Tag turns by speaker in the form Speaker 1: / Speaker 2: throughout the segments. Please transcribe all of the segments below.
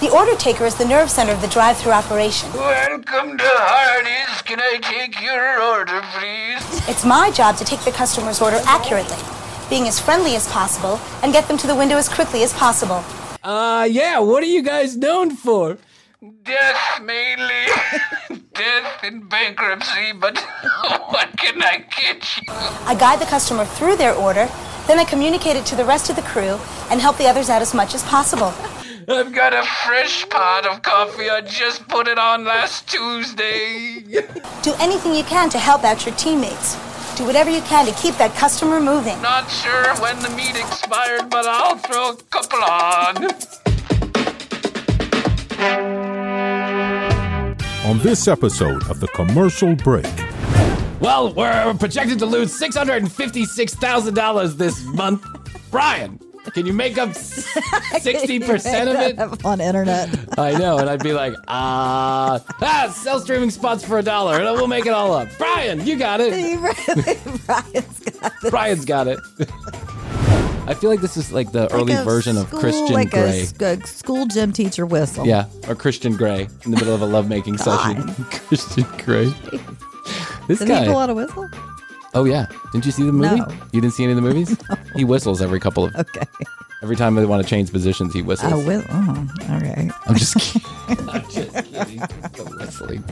Speaker 1: The order taker is the nerve center of the drive-through uh, operation.
Speaker 2: Welcome to Hardee's. Can I take your order, please?
Speaker 1: It's my job to take the customer's order accurately, being as friendly as possible, and get them to the window as quickly as possible.
Speaker 3: Uh, yeah, what are you guys known for?
Speaker 2: Death mainly. Death and bankruptcy, but what can I get you?
Speaker 1: I guide the customer through their order, then I communicate it to the rest of the crew and help the others out as much as possible.
Speaker 2: I've got a fresh pot of coffee. I just put it on last Tuesday.
Speaker 1: Do anything you can to help out your teammates. Do whatever you can to keep that customer moving.
Speaker 2: Not sure when the meat expired, but I'll throw a couple on.
Speaker 4: on this episode of The Commercial Break.
Speaker 3: Well, we're projected to lose six hundred and fifty-six thousand dollars this month. Brian, can you make up sixty percent of it?
Speaker 5: on internet.
Speaker 3: I know, and I'd be like, ah, ah, sell streaming spots for a dollar, and we'll make it all up. Brian, you got it.
Speaker 5: Brian's got the
Speaker 3: Brian's got it. I feel like this is like the early version of Christian
Speaker 5: like a
Speaker 3: Grey.
Speaker 5: s- A, school gym teacher whistle.
Speaker 3: Yeah, or Christian Grey in the middle of a lovemaking session. Christian Grey. This
Speaker 5: Doesn't
Speaker 3: guy.
Speaker 5: he blow out a whistle?
Speaker 3: Oh yeah. Didn't you see the movie?
Speaker 5: No.
Speaker 3: You didn't see any of the movies? He whistles every couple of
Speaker 5: Okay.
Speaker 3: every time they want to change positions, he whistles.
Speaker 5: A whistle. Oh, all right.
Speaker 3: I'm just kidding. I'm just kidding. The whistling.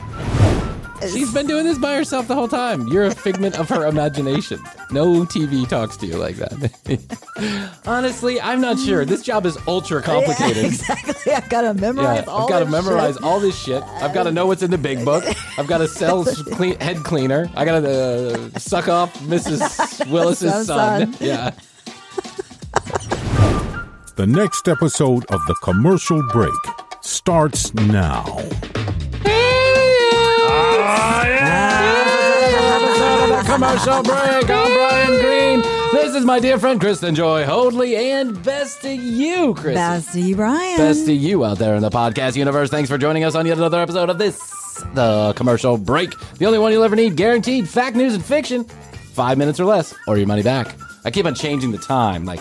Speaker 3: She's been doing this by herself the whole time. You're a figment of her imagination. No TV talks to you like that. Honestly, I'm not sure. This job is ultra complicated.
Speaker 5: Yeah, exactly. I've got to memorize
Speaker 3: Yeah,
Speaker 5: all
Speaker 3: I've got to
Speaker 5: this
Speaker 3: memorize
Speaker 5: shit.
Speaker 3: all this shit. I've got to know what's in the big book. I've got to sell s- clean, head cleaner. I got to uh, suck off Mrs. Willis's
Speaker 5: Son's
Speaker 3: son.
Speaker 5: son.
Speaker 3: Yeah.
Speaker 4: The next episode of The Commercial Break starts now.
Speaker 3: Episode of the commercial break. I'm Brian Green. This is my dear friend Kristen Joy Hoadley, and best to you, Kristen.
Speaker 5: Bessie Brian.
Speaker 3: Best to you out there in the podcast universe. Thanks for joining us on yet another episode of this, the commercial break. The only one you'll ever need, guaranteed fact, news, and fiction. Five minutes or less, or your money back. I keep on changing the time, like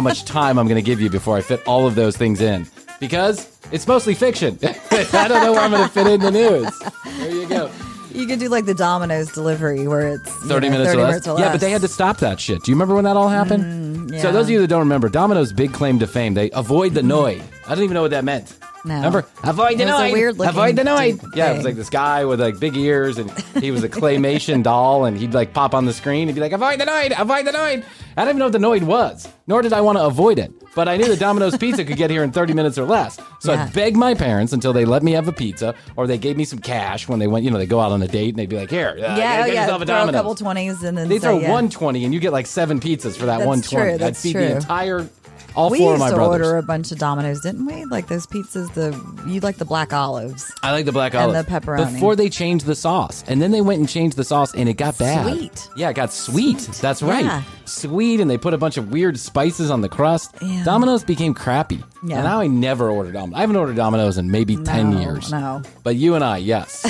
Speaker 3: much time I'm going to give you before I fit all of those things in, because it's mostly fiction. I don't know where I'm going to fit in the news. There you go.
Speaker 5: You could do like the Domino's delivery where it's you
Speaker 3: 30
Speaker 5: know, 30
Speaker 3: minutes or less.
Speaker 5: minutes or
Speaker 3: Yeah, but they had to
Speaker 5: less. Mm,
Speaker 3: stop that shit. Do you remember when that all happened? So
Speaker 5: yeah. Mm-hmm.
Speaker 3: those of you that don't remember, Domino's big claim to fame, they avoid the noid. I don't even know what that meant.
Speaker 5: No.
Speaker 3: Remember? Avoid the
Speaker 5: It Oh. was a
Speaker 3: noid.
Speaker 5: weird-looking
Speaker 3: avoid the noid.
Speaker 5: thing.
Speaker 3: Yeah, it was like this guy with like big ears and he was a claymation doll and he'd like pop on the screen and be like, avoid the noid, avoid the noid. I don't even know what the noid was, nor did I want to avoid it. But I knew that Domino's Pizza could get here in 30 minutes or less. So I
Speaker 5: Yeah.
Speaker 3: begged my parents until they let me have a pizza or they gave me some cash when they went, you know, they go out on a date and they'd be like, here, uh,
Speaker 5: Yeah, oh,
Speaker 3: get, get
Speaker 5: yeah.
Speaker 3: yourself a
Speaker 5: throw a
Speaker 3: Domino's.
Speaker 5: couple twenties and then
Speaker 3: They
Speaker 5: say,
Speaker 3: throw
Speaker 5: yeah.
Speaker 3: 120 and you get like seven pizzas for that
Speaker 5: That's
Speaker 3: 120.
Speaker 5: true,
Speaker 3: That'd
Speaker 5: that's
Speaker 3: feed the
Speaker 5: true.
Speaker 3: entire all
Speaker 5: We
Speaker 3: four
Speaker 5: used
Speaker 3: of my
Speaker 5: to
Speaker 3: brothers.
Speaker 5: order a bunch of Domino's, didn't we? Like those pizzas, the you like the black olives.
Speaker 3: I like the black
Speaker 5: and
Speaker 3: olive
Speaker 5: the pepperoni.
Speaker 3: before they changed the sauce, and then they went and changed the sauce, and it got bad.
Speaker 5: Sweet.
Speaker 3: yeah, it got sweet. That's right,
Speaker 5: Yeah.
Speaker 3: sweet. weed and they put a bunch of weird spices on the crust.
Speaker 5: Yeah.
Speaker 3: Domino's became crappy.
Speaker 5: Yeah.
Speaker 3: And now I never order Domino's. I haven't ordered Domino's in maybe 10
Speaker 5: No,
Speaker 3: years.
Speaker 5: no.
Speaker 3: But you and I, yes.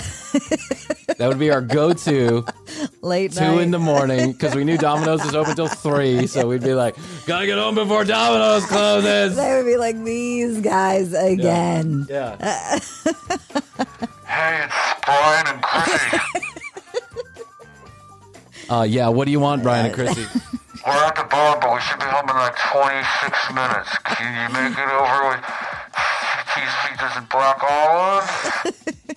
Speaker 3: that would be our go to
Speaker 5: Late
Speaker 3: two
Speaker 5: night.
Speaker 3: in the morning because we knew Domino's was open till three. So we'd be like, gotta get home before Domino's closes.
Speaker 5: they would be like these guys again.
Speaker 3: Yeah.
Speaker 2: Hey, it's Brian and Chrissy.
Speaker 3: Uh, yeah. What do you want, Brian and Chrissy?
Speaker 2: We're at the bar, but we should be home in like 26 minutes. Can you make it over with cheese pizzas and black olives?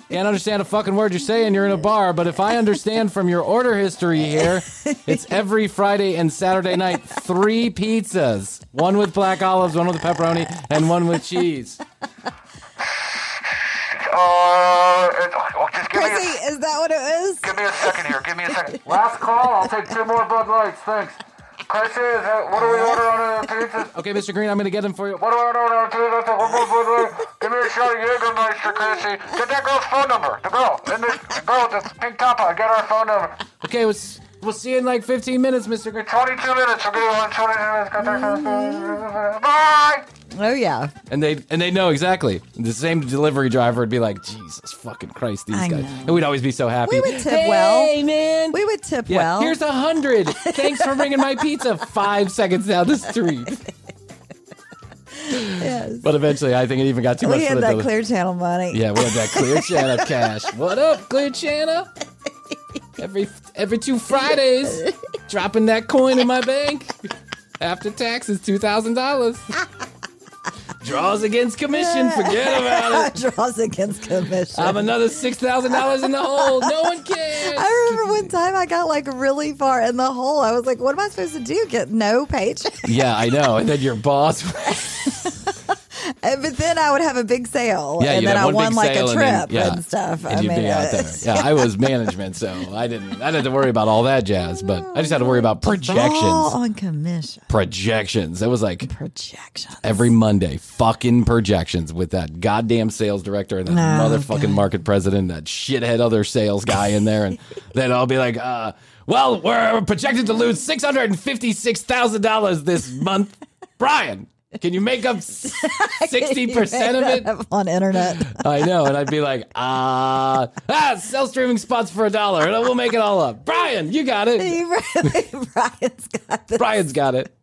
Speaker 3: Can't understand a fucking word you're saying. You're in a bar, but if I understand from your order history here, it's every Friday and Saturday night three pizzas: one with black olives, one with pepperoni, and one with cheese.
Speaker 2: Uh, it, oh, just give me, a,
Speaker 5: Chrissy, is that what it is?
Speaker 2: give me a second here. Give me a second. Last call. I'll take two more Bud Lights. Thanks. Chrissy, is that, what do we order on a pizza?
Speaker 3: Okay, Mr. Green, I'm gonna get them for you.
Speaker 2: What do I order on a pizza? One more Bud Light. Give me a shot of Jägermeister, Chrissy. Get that girl's phone number. The girl. And the, the girl with the pink top on. Get her phone number.
Speaker 3: Okay, we'll, s- we'll see you in like 15 minutes, Mr. Green.
Speaker 2: 22 minutes. We'll get you on 22 minutes. Got that girl's phone. Bye!
Speaker 5: Oh yeah,
Speaker 3: And they and they know exactly. The same delivery driver would be like, Jesus fucking Christ, these
Speaker 5: I
Speaker 3: guys.
Speaker 5: know.
Speaker 3: And we'd always be so
Speaker 5: We
Speaker 3: happy.
Speaker 5: would tip
Speaker 3: hey,
Speaker 5: well.
Speaker 3: man.
Speaker 5: we would tip
Speaker 3: Yeah,
Speaker 5: well.
Speaker 3: here's a hundred. Thanks for bringing my pizza five seconds down the street.
Speaker 5: Yes.
Speaker 3: But eventually, I think it even got too much
Speaker 5: we
Speaker 3: for the
Speaker 5: had that
Speaker 3: deli-
Speaker 5: Clear Channel money.
Speaker 3: Yeah, we had that clear channel cash. What up, clear channel? Every every two Fridays, dropping that coin in my bank after taxes, two thousand dollars. Draws against commission. Forget about it.
Speaker 5: draws against commission.
Speaker 3: I'm another six thousand dollars in the hole. No one cares.
Speaker 5: I remember one time I got like really far in the hole. I was like, "What am I supposed to do? Get no paycheck?"
Speaker 3: Yeah, I know. And then your boss.
Speaker 5: And- but then I would have a big sale,
Speaker 3: Yeah,
Speaker 5: Oh, and
Speaker 3: you'd
Speaker 5: then
Speaker 3: have
Speaker 5: I
Speaker 3: one
Speaker 5: won
Speaker 3: big
Speaker 5: like a
Speaker 3: sale
Speaker 5: trip
Speaker 3: and then- yeah.
Speaker 5: and stuff.
Speaker 3: And
Speaker 5: I
Speaker 3: you'd
Speaker 5: mean, uh,
Speaker 3: be out there.
Speaker 5: it's-
Speaker 3: Yeah, I was management, so I didn't. I didn't have to worry about all that jazz, but I just had to worry about
Speaker 5: all
Speaker 3: projections.
Speaker 5: on commission
Speaker 3: Projections. It was like
Speaker 5: projection.
Speaker 3: every Monday, fucking projections with that goddamn sales director and that
Speaker 5: Oh,
Speaker 3: motherfucking market president, that shithead other sales guy in there, and then I'll be like, uh, "Well, we're projected to lose six hundred and fifty-six thousand dollars this month, Brian." Can you make up sixty percent of it?
Speaker 5: on internet.
Speaker 3: I know, and I'd be like, ah, ah, sell streaming spots for a dollar, and we'll make it all up. Brian, you got it.
Speaker 5: Brian's got this.
Speaker 3: Brian's got it.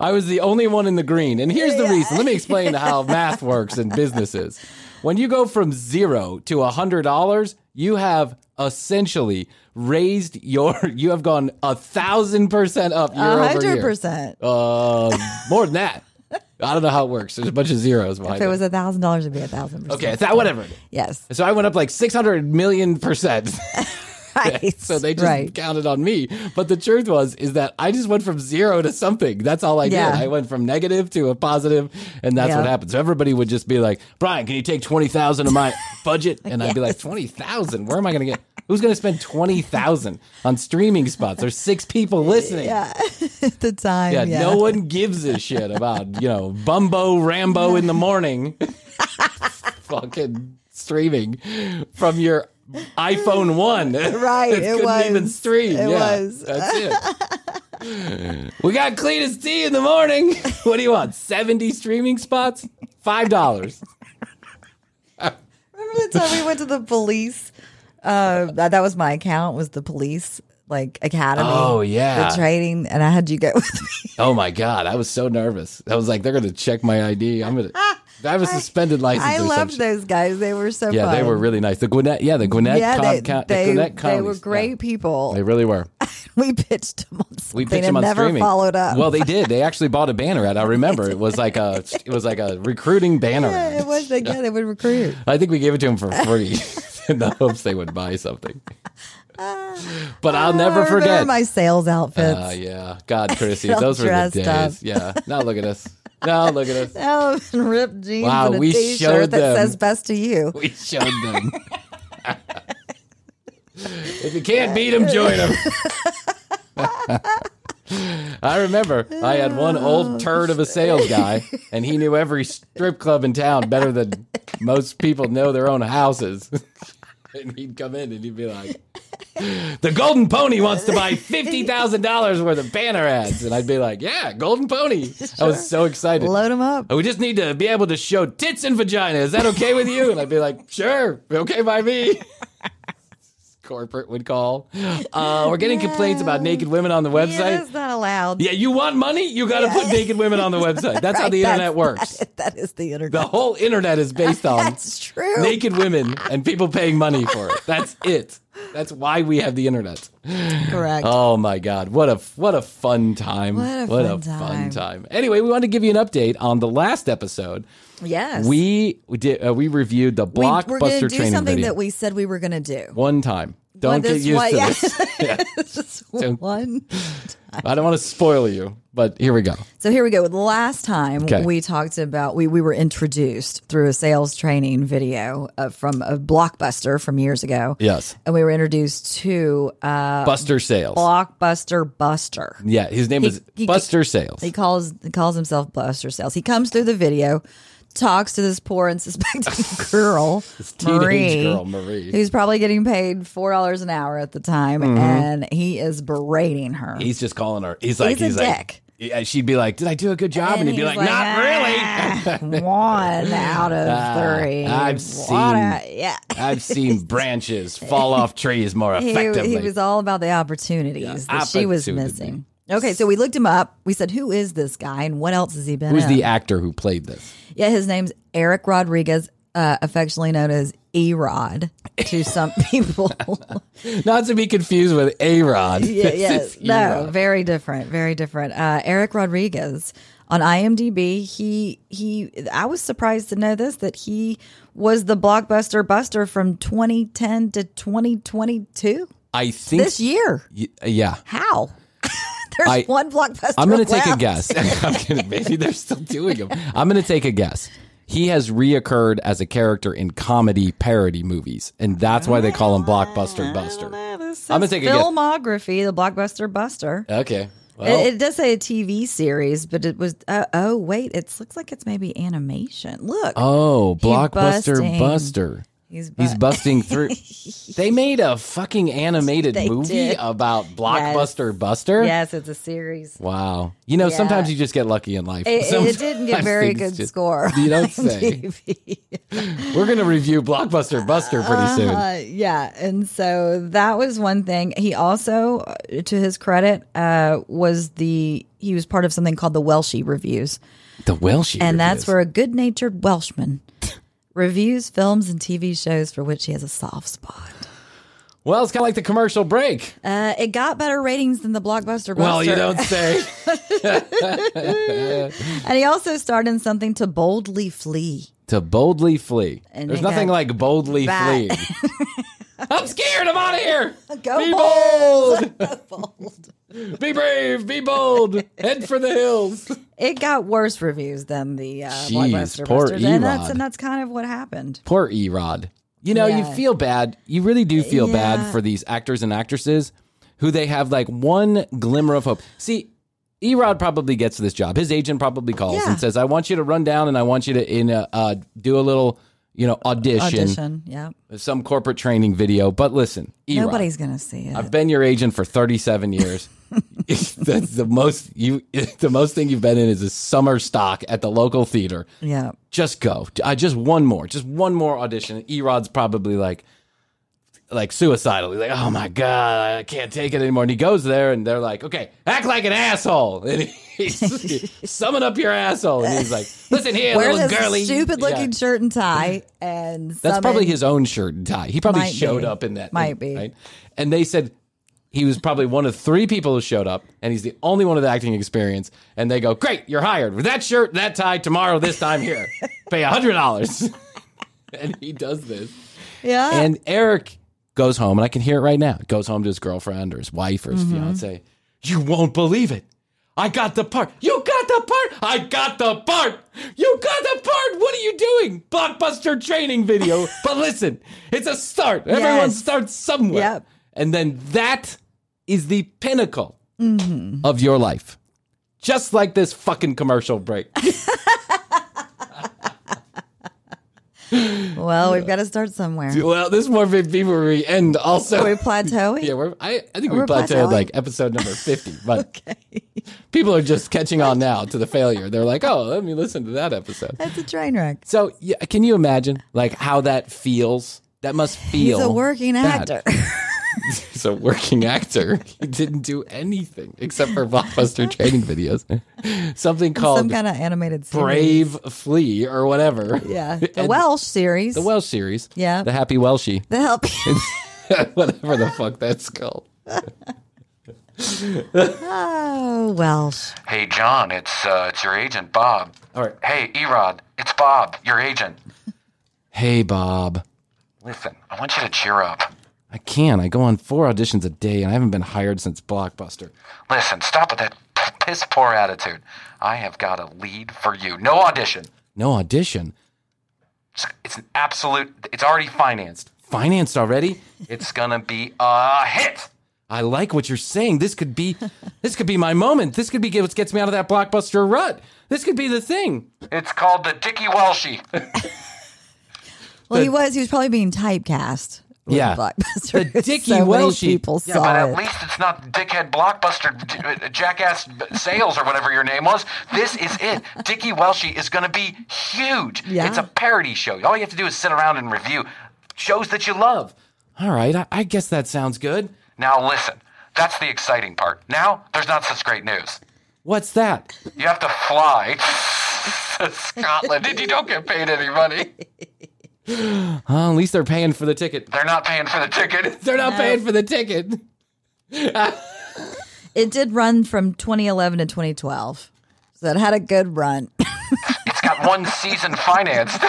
Speaker 3: I was the only one in the green, and here's the reason. Let me explain how math works in businesses. When you go from zero to a hundred dollars, you have essentially raised your. You have gone a thousand percent up year over
Speaker 5: hundred
Speaker 3: year.
Speaker 5: percent.
Speaker 3: Uh, more than that. I don't know how it works. There's a bunch of zeros behind
Speaker 5: If it was a thousand dollars, it'd be a thousand percent.
Speaker 3: okay, that whatever.
Speaker 5: Yes.
Speaker 3: So I went up like 600 million percent.
Speaker 5: Right.
Speaker 3: so they just
Speaker 5: right.
Speaker 3: counted on me. But the truth was, is that I just went from zero to something. That's all I
Speaker 5: Yeah.
Speaker 3: did. I went from negative to a positive, and that's
Speaker 5: Yeah.
Speaker 3: what happened. So everybody would just be like, Brian, can you take 20,000 of my budget? And I'd be like, 20,000? Where am I going to get? Who's going to spend 20,000 on streaming spots? There's six people listening.
Speaker 5: Yeah. At the time.
Speaker 3: Yeah,
Speaker 5: Yeah.
Speaker 3: no one gives a shit about, you know, Bumbo Rambo in the morning fucking streaming from your iPhone 1.
Speaker 5: Right,
Speaker 3: it,
Speaker 5: it
Speaker 3: couldn't
Speaker 5: was.
Speaker 3: even stream.
Speaker 5: It
Speaker 3: Yeah,
Speaker 5: was.
Speaker 3: That's it. we got Cletus D in the morning. What do you want? 70 streaming spots? $5.
Speaker 5: Remember the time we went to the police? Uh, that, that was my account. Was the police like academy?
Speaker 3: Oh, yeah.
Speaker 5: the training, and I had you go with me.
Speaker 3: Oh my god, I was so nervous. I was like they're going to check my ID. I'm going to I have a suspended license.
Speaker 5: I
Speaker 3: or some
Speaker 5: loved
Speaker 3: shit.
Speaker 5: those guys. They were so
Speaker 3: Yeah,
Speaker 5: fun.
Speaker 3: they were really nice. The Gwinnett, yeah, the Gwinnett,
Speaker 5: yeah,
Speaker 3: com-
Speaker 5: they,
Speaker 3: com- the
Speaker 5: they,
Speaker 3: Gwinnett
Speaker 5: they were
Speaker 3: comedies.
Speaker 5: great
Speaker 3: Yeah.
Speaker 5: people.
Speaker 3: They really were.
Speaker 5: we pitched them on something
Speaker 3: We pitched
Speaker 5: and
Speaker 3: them on
Speaker 5: never
Speaker 3: streaming.
Speaker 5: followed up.
Speaker 3: Well, they did. They actually bought a banner ad. I remember it was like a it was like a recruiting banner.
Speaker 5: yeah,
Speaker 3: ad.
Speaker 5: it was. They, yeah, they would recruit.
Speaker 3: I think we gave it to them for free in the hopes they would buy something. But I'll
Speaker 5: I
Speaker 3: never
Speaker 5: remember
Speaker 3: forget.
Speaker 5: my sales outfits.
Speaker 3: Uh, yeah, God, Chrissy,
Speaker 5: All
Speaker 3: those were the
Speaker 5: dressed
Speaker 3: days.
Speaker 5: up.
Speaker 3: Yeah. Now look at us. Now look at us.
Speaker 5: Oh, and ripped jeans
Speaker 3: Wow,
Speaker 5: and a
Speaker 3: we
Speaker 5: t-shirt
Speaker 3: showed
Speaker 5: that
Speaker 3: them.
Speaker 5: says "Best to You."
Speaker 3: We showed them. if you can't beat them, join them. I remember I had one
Speaker 5: Oh,
Speaker 3: old turd of a sales guy, and he knew every strip club in town better than most people know their own houses. and he'd come in and he'd be like, the Golden Pony wants to buy fifty thousand dollars worth of banner ads, and I'd be like, "Yeah, Golden Pony." I was so excited.
Speaker 5: Load them up.
Speaker 3: we just need to be able to show tits and vagina. Is that okay with you? And I'd be like, "Sure, okay by me." Corporate would call. Uh, we're getting complaints about naked women on the
Speaker 5: Yeah,
Speaker 3: website.
Speaker 5: that's not allowed.
Speaker 3: Yeah, you want money? You got to put naked women on the website. That's how
Speaker 5: Right,
Speaker 3: the
Speaker 5: that's-
Speaker 3: internet works.
Speaker 5: that is the internet.
Speaker 3: The whole internet is based on
Speaker 5: That's true.
Speaker 3: naked women and people paying money for it. That's it. That's why we have the internet.
Speaker 5: Correct.
Speaker 3: Oh my God! What a what a fun time!
Speaker 5: What a fun time.
Speaker 3: fun time! Anyway, we wanted to give you an update on the last episode.
Speaker 5: yes.
Speaker 3: We we did uh, we reviewed the
Speaker 5: we, we're
Speaker 3: blockbuster
Speaker 5: going to do
Speaker 3: training
Speaker 5: something
Speaker 3: video
Speaker 5: that we said we were going to do.
Speaker 3: one time. Don't
Speaker 5: this
Speaker 3: get used
Speaker 5: one-
Speaker 3: to
Speaker 5: yeah.
Speaker 3: this.
Speaker 5: Just one.
Speaker 3: I don't want to spoil you, but here we go.
Speaker 5: So here we go. The last time
Speaker 3: Okay.
Speaker 5: we talked about we we were introduced through a sales training video uh, from a blockbuster from years ago.
Speaker 3: Yes,
Speaker 5: And we were introduced to uh,
Speaker 3: Buster Sales.
Speaker 5: Blockbuster Buster.
Speaker 3: yeah, his name
Speaker 5: He-
Speaker 3: is
Speaker 5: he-
Speaker 3: Buster Sales.
Speaker 5: He calls he calls himself Buster Sales. He comes through the video, talks to this poor and suspecting girl,
Speaker 3: teenage
Speaker 5: Marie,
Speaker 3: girl, Marie. Mm-hmm.
Speaker 5: who's probably getting paid four dollars an hour at the time, and he is berating her.
Speaker 3: He's just calling her. He's like,
Speaker 5: He's a
Speaker 3: he's, like,
Speaker 5: dick.
Speaker 3: Yeah, she'd be like, "Did I do a good job?" And, he'd be
Speaker 5: he's
Speaker 3: like, "Not really."
Speaker 5: "Ah, one out of
Speaker 3: Ah,
Speaker 5: three.
Speaker 3: I've
Speaker 5: What
Speaker 3: seen-
Speaker 5: a- yeah.
Speaker 3: I've seen branches fall off trees more
Speaker 5: He,
Speaker 3: effectively.
Speaker 5: he was all about the opportunities that she was
Speaker 3: opportunity.
Speaker 5: missing. Okay, so we looked him up. We said, "Who is this guy, and what else has he been?"
Speaker 3: Who's
Speaker 5: in?
Speaker 3: the actor who played this?
Speaker 5: Yeah, his name's Eric Rodriguez, uh, affectionately known as E Rod to some people.
Speaker 3: Not to be confused with A Rod.
Speaker 5: yeah, yes. No, very different. Very different. Uh, Eric Rodriguez on IMDb, he he. I was surprised to know this that he was the blockbuster buster from 2010 to 2022
Speaker 3: I think
Speaker 5: this year.
Speaker 3: Y- Yeah.
Speaker 5: How? There's
Speaker 3: I-
Speaker 5: one blockbuster.
Speaker 3: I'm going to take a
Speaker 5: left.
Speaker 3: guess. I'm kidding. Maybe they're still doing them. I'm going to take a guess. He has reoccurred as a character in comedy parody movies, and that's why they call him
Speaker 5: Ah.
Speaker 3: Blockbuster Buster. I'm going to take a guess.
Speaker 5: Filmography, the blockbuster buster.
Speaker 3: Okay. Well,
Speaker 5: It, it does say a TV series, but it was uh, oh wait, it looks like it's maybe animation. Look,
Speaker 3: oh,
Speaker 5: He
Speaker 3: Blockbuster
Speaker 5: busting.
Speaker 3: Buster.
Speaker 5: he's, bu-
Speaker 3: He's busting through. they made a fucking animated
Speaker 5: They
Speaker 3: movie
Speaker 5: did.
Speaker 3: about Blockbuster Buster.
Speaker 5: yes, it's a series.
Speaker 3: Wow. You know, sometimes
Speaker 5: Yeah.
Speaker 3: you just get lucky in life.
Speaker 5: It, it-
Speaker 3: Sometimes
Speaker 5: it didn't get very
Speaker 3: things
Speaker 5: good
Speaker 3: just-
Speaker 5: score.
Speaker 3: You don't
Speaker 5: on
Speaker 3: say.
Speaker 5: IMDb.
Speaker 3: We're going to review Blockbuster Buster pretty soon.
Speaker 5: Uh, yeah, and so that was one thing. He also, uh, to his credit, uh, was the he was part of something called the Welshie Reviews,
Speaker 3: The Welsh.
Speaker 5: and that's where a good-natured Welshman reviews films and TV shows for which he has a soft spot.
Speaker 3: Well, it's kind of like the commercial break.
Speaker 5: Uh, it got better ratings than the blockbuster. Buster.
Speaker 3: Well, you don't say.
Speaker 5: And he also starred in something to boldly flee.
Speaker 3: to boldly flee.
Speaker 5: And
Speaker 3: There's
Speaker 5: they
Speaker 3: nothing
Speaker 5: got
Speaker 3: like boldly
Speaker 5: bat.
Speaker 3: fleeing. I'm scared. I'm out of here.
Speaker 5: Go
Speaker 3: be bold. be brave. Be bold. Head for the hills.
Speaker 5: It got worse reviews than the uh,
Speaker 3: Jeez,
Speaker 5: blockbuster.
Speaker 3: poor
Speaker 5: busters. and that's
Speaker 3: Erod.
Speaker 5: and that's kind of what happened.
Speaker 3: Poor Erod. You know, you
Speaker 5: Yeah.
Speaker 3: feel bad. You really do feel bad
Speaker 5: Yeah.
Speaker 3: for these actors and actresses who they have like one glimmer of hope. See, Erod probably gets this job. His agent probably calls
Speaker 5: Yeah.
Speaker 3: and says, "I want you to run down and I want you to in a, uh, do a little, you know,
Speaker 5: Audition, yeah.
Speaker 3: some corporate training video. But listen, Erod,
Speaker 5: Nobody's gonna see it.
Speaker 3: I've been your agent for 37 years. That's the most you the most thing you've been in is a summer stock at the local theater.
Speaker 5: yeah,
Speaker 3: Just go. I just one more. Just one more audition. Erod's probably like like suicidal. He's like, "Oh my god, I can't take it anymore." And he goes there and they're like, "Okay, act like an asshole." And he's summon up your asshole. And he's like, "Listen here,
Speaker 5: wear
Speaker 3: little
Speaker 5: this
Speaker 3: girly."
Speaker 5: stupid
Speaker 3: Yeah.
Speaker 5: looking shirt and tie, and
Speaker 3: That's
Speaker 5: summon-
Speaker 3: probably his own shirt and tie. He probably
Speaker 5: Might
Speaker 3: showed
Speaker 5: be.
Speaker 3: up in that.
Speaker 5: Might be.
Speaker 3: And they said he was probably one of three people who showed up, and he's the only one with acting experience. And they go, "Great, you're hired with that shirt, that tie tomorrow, this time here. Pay a hundred dollars." and he does this.
Speaker 5: Yeah,
Speaker 3: And Eric goes home, and I can hear it right now. Goes home to his girlfriend or his wife or
Speaker 5: Mm-hmm.
Speaker 3: his fiance. You won't believe it. I got the part. You got the part. I got the part. You got the part. What are you doing? Blockbuster training video. but listen, it's a start. Everyone
Speaker 5: Yes.
Speaker 3: starts somewhere.
Speaker 5: Yep.
Speaker 3: And then that is the pinnacle
Speaker 5: Mm-hmm.
Speaker 3: of your life. Just like this fucking commercial break.
Speaker 5: Well, we've got to start somewhere.
Speaker 3: Well, this is more big people where we end also.
Speaker 5: Are we plateauing?
Speaker 3: yeah, we're, I, I think we
Speaker 5: We're
Speaker 3: plateaued
Speaker 5: plateauing?
Speaker 3: like episode number 50, but people are just catching on now to the failure. They're like, oh, let me listen to that episode.
Speaker 5: That's a train wreck.
Speaker 3: So, yeah, can you imagine like how that feels? That must feel.
Speaker 5: He's a working
Speaker 3: bad.
Speaker 5: actor.
Speaker 3: He's a working actor. He didn't do anything except for blockbuster training videos. Something called
Speaker 5: Some kind of animated series.
Speaker 3: Brave Flea or whatever.
Speaker 5: Yeah. The
Speaker 3: And
Speaker 5: Welsh series.
Speaker 3: The Welsh series.
Speaker 5: Yeah.
Speaker 3: The Happy Welshie.
Speaker 5: The help.
Speaker 3: whatever the fuck that's called.
Speaker 5: oh, Welsh.
Speaker 2: Hey, John, it's uh, it's your agent, Bob.
Speaker 3: All right.
Speaker 2: Hey, Erod, it's Bob, your agent.
Speaker 3: Hey, Bob.
Speaker 2: Listen, I want you to cheer up.
Speaker 3: I can. I go on four auditions a day, and I haven't been hired since Blockbuster.
Speaker 2: Listen, stop with that p- piss poor attitude. I have got a lead for you. No audition.
Speaker 3: No audition.
Speaker 2: It's, it's an absolute. It's already financed.
Speaker 3: Financed already?
Speaker 2: It's gonna be a hit.
Speaker 3: I like what you're saying. This could be, this could be my moment. This could be what gets me out of that Blockbuster rut. This could be the thing.
Speaker 2: It's called the Dickie Welshie.
Speaker 5: Well, he was. He was probably being typecast. with
Speaker 3: Yeah.
Speaker 5: Blockbuster.
Speaker 3: The Dickie
Speaker 5: so many
Speaker 3: Welshie.
Speaker 5: people
Speaker 3: Yeah,
Speaker 5: saw
Speaker 2: But at
Speaker 5: it.
Speaker 2: least it's not dickhead blockbuster d- jackass sales or whatever your name was. This is it. Dickie Welshie is going to be huge.
Speaker 5: Yeah.
Speaker 2: It's a parody show. All you have to do is sit around and review shows that you love.
Speaker 3: All right, I, I guess that sounds good.
Speaker 2: Now listen, that's the exciting part. Now there's not such great news.
Speaker 3: What's that?
Speaker 2: You have to fly to Scotland and you don't get paid any money.
Speaker 3: Oh, at least they're paying for the ticket.
Speaker 2: They're not paying for the ticket.
Speaker 3: They're not paying for the ticket.
Speaker 5: It did run from 2011 to 2012. So it had a good run.
Speaker 2: It's got one season financed.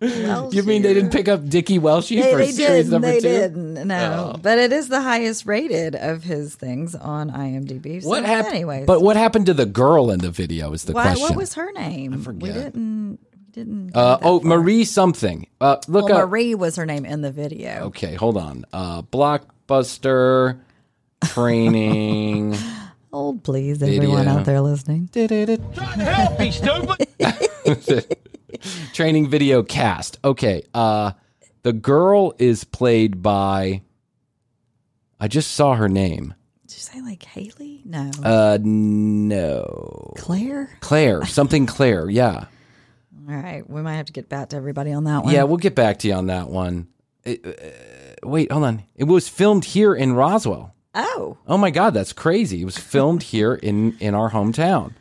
Speaker 3: You mean they didn't pick up Dickie Welshie
Speaker 5: They,
Speaker 3: for
Speaker 5: they
Speaker 3: series
Speaker 5: didn't.
Speaker 3: number
Speaker 5: They
Speaker 3: two? Oh.
Speaker 5: didn't. No, but it is the highest rated of his things on IMDb. So
Speaker 3: What happened?
Speaker 5: Anyways,
Speaker 3: Oh. But what happened to the girl in the video is the
Speaker 5: why,
Speaker 3: question.
Speaker 5: what was her name? We
Speaker 3: forget.
Speaker 5: didn't. we Didn't.
Speaker 3: Uh,
Speaker 5: go that
Speaker 3: oh,
Speaker 5: far.
Speaker 3: Marie something. Uh, look
Speaker 5: Well,
Speaker 3: up.
Speaker 5: Marie was her name in the video.
Speaker 3: Okay, hold on. Uh, blockbuster training.
Speaker 5: Hold, please, everyone
Speaker 3: Video.
Speaker 5: out there listening.
Speaker 3: training video cast. Okay. Uh, the girl is played by. I just saw her name.
Speaker 5: Did you say like Haley? No,
Speaker 3: Uh, no.
Speaker 5: Claire.
Speaker 3: Claire, something Claire. Yeah.
Speaker 5: All right, we might have to get back to everybody on that one.
Speaker 3: Yeah, we'll get back to you on that one. It- uh, wait, hold on. It was filmed here in Roswell.
Speaker 5: Oh,
Speaker 3: Oh my God, that's crazy. It was filmed here in in our hometown.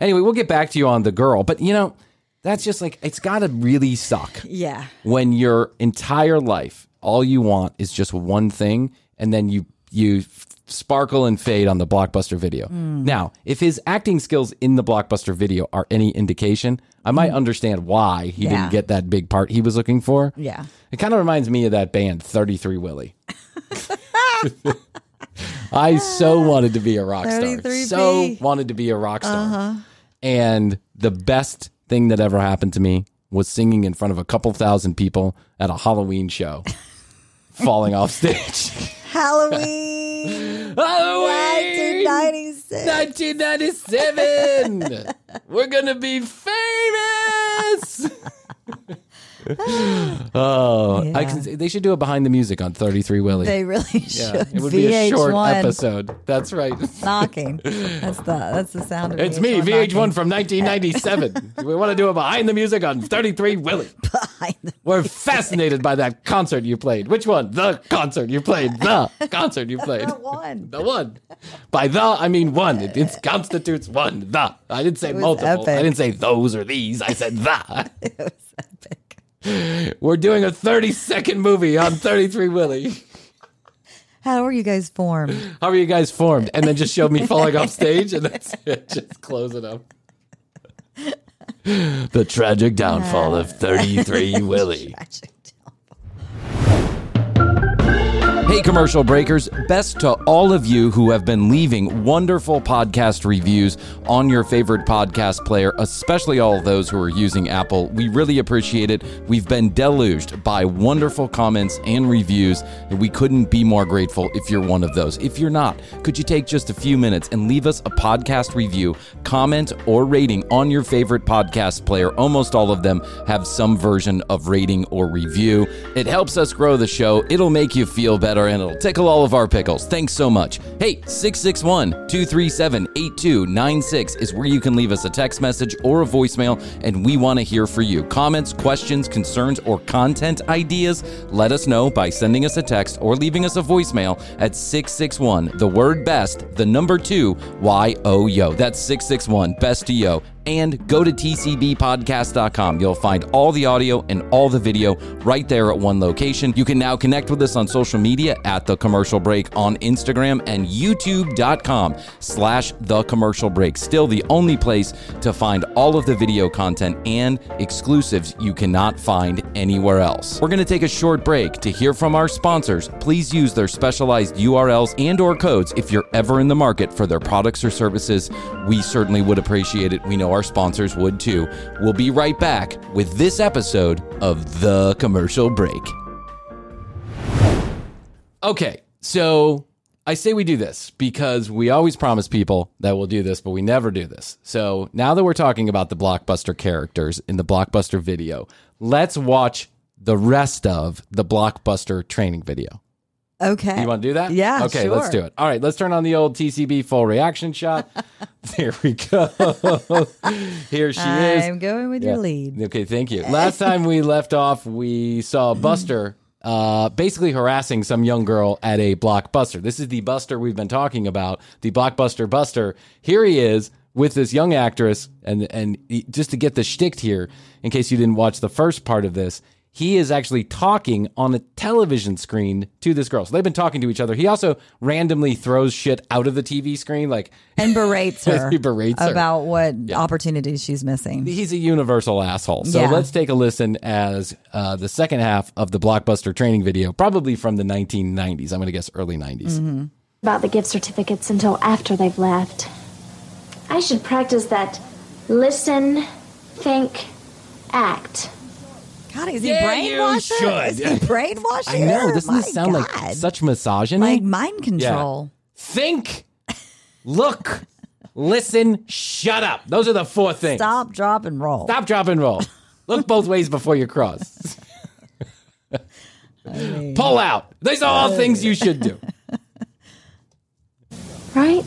Speaker 3: Anyway, we'll get back to you on the girl, but you know, that's just like it's got to really suck
Speaker 5: yeah.
Speaker 3: when your entire life all you want is just one thing and then you you f- sparkle and fade on the blockbuster video.
Speaker 5: Hmm.
Speaker 3: Now, if his acting skills in the blockbuster video are any indication, I might understand why he
Speaker 5: Hmm. Yeah.
Speaker 3: didn't get that big part he was looking for.
Speaker 5: Yeah.
Speaker 3: It kind of reminds me of that band 33 Willie. I so wanted to be a rock star.
Speaker 5: 33B.
Speaker 3: So wanted to be
Speaker 5: Uh-huh.
Speaker 3: a rock star. And the best thing that ever happened to me was singing in front of a couple thousand people at a Halloween show, falling off stage.
Speaker 5: Halloween
Speaker 3: Halloween
Speaker 5: 1996.
Speaker 3: 1997. We're going to be famous. oh, I
Speaker 5: Yeah.
Speaker 3: can, they should do a behind the music on 33 Willie.
Speaker 5: They really
Speaker 3: yeah,
Speaker 5: should.
Speaker 3: it would
Speaker 5: VH1
Speaker 3: be a short episode. That's right.
Speaker 5: knocking. That's the that's the sound of
Speaker 3: It's
Speaker 5: VH1
Speaker 3: me, VH1
Speaker 5: knocking
Speaker 3: from 1997. we want to do a behind the music on 33 Willie.
Speaker 5: behind the
Speaker 3: We're fascinated by that concert you played. Which one? The concert you played. The concert you played.
Speaker 5: one.
Speaker 3: The one. By the, I mean one. It, it constitutes one. The. I didn't say
Speaker 5: was
Speaker 3: multiple. I
Speaker 5: epic.
Speaker 3: didn't say those or these. I said the. We're doing a 30 second movie on 33 Willie.
Speaker 5: How are you guys formed?
Speaker 3: How are you guys formed? And then just show me falling off stage and that's it. Just close it up. the tragic downfall of 33 Willie.
Speaker 5: Tragic tale.
Speaker 3: Hey, commercial breakers, best to all of you who have been leaving wonderful podcast reviews on your favorite podcast player, especially all of those who are using Apple. We really appreciate it. We've been deluged by wonderful comments and reviews, and we couldn't be more grateful if you're one of those. If you're not, could you take just a few minutes and leave us a podcast review, comment, or rating on your favorite podcast player? Almost all of them have some version of rating or review. It helps us grow the show, it'll make you feel better, and it'll tickle all of our pickles. Thanks so much. Hey, 661 237 8296 is where you can leave us a text message or a voicemail, and we want to hear for you. Comments, questions, concerns, or content ideas, let us know by sending us a text or leaving us a voicemail at 661 the word best, the number two, Y O Yo. That's 661 best to yo. And go to tcbpodcast.com. You'll find all the audio and all the video right there at one location. You can now connect with us on social media at The Commercial Break on Instagram and youtube.com slash The Commercial Break. Still the only place to find all of the video content and exclusives you cannot find anywhere else. We're going to take a short break to hear from our sponsors. Please use their specialized URLs and or codes if you're ever in the market for their products or services. We certainly would appreciate it. We know our sponsors would too. We'll be right back with this episode of The Commercial Break. Okay, so I say we do this because we always promise people that we'll do this, but we never do this. So now that we're talking about the blockbuster characters in the blockbuster video, let's watch the rest of the blockbuster training video.
Speaker 5: Okay.
Speaker 3: You want to do that?
Speaker 5: Yeah,
Speaker 3: Okay, let's
Speaker 5: sure.
Speaker 3: do it. All right, let's turn on the old TCB full reaction shot. there we go. Here she is.
Speaker 5: I'm going with your
Speaker 3: Yeah.
Speaker 5: lead.
Speaker 3: Okay, thank you. Last time we left off, we saw Buster uh, basically harassing some young girl at a blockbuster. This is the Buster we've been talking about, the blockbuster Buster. Here he is with this young actress, and and he- just to get the shticked here, in case you didn't watch the first part of this. He is actually talking on a television screen to this girl. So they've been talking to each other. He also randomly throws shit out of the TV screen. Like,
Speaker 5: And berates her.
Speaker 3: He berates her.
Speaker 5: About what opportunities she's missing.
Speaker 3: he's a universal asshole. So
Speaker 5: Yeah.
Speaker 3: let's take a listen as uh, the second half of the blockbuster training video, probably from the 1990s. I'm going to guess early 90s.
Speaker 6: Mm-hmm. about the gift certificates until after they've left. I should practice that listen, think, act.
Speaker 5: God, is he
Speaker 3: Yeah, you
Speaker 5: brainwashing?
Speaker 3: should.
Speaker 5: Is he brainwashing?
Speaker 3: I know
Speaker 5: her?
Speaker 3: doesn't this
Speaker 5: My
Speaker 3: sound like
Speaker 5: God.
Speaker 3: such misogyny?
Speaker 5: like mind control.
Speaker 3: Think, look, listen, shut up. Those are the four things.
Speaker 5: Stop, drop, and roll.
Speaker 3: Stop, drop, and roll. Look both ways before you cross. Pull out. These are all things you should do.
Speaker 6: Right?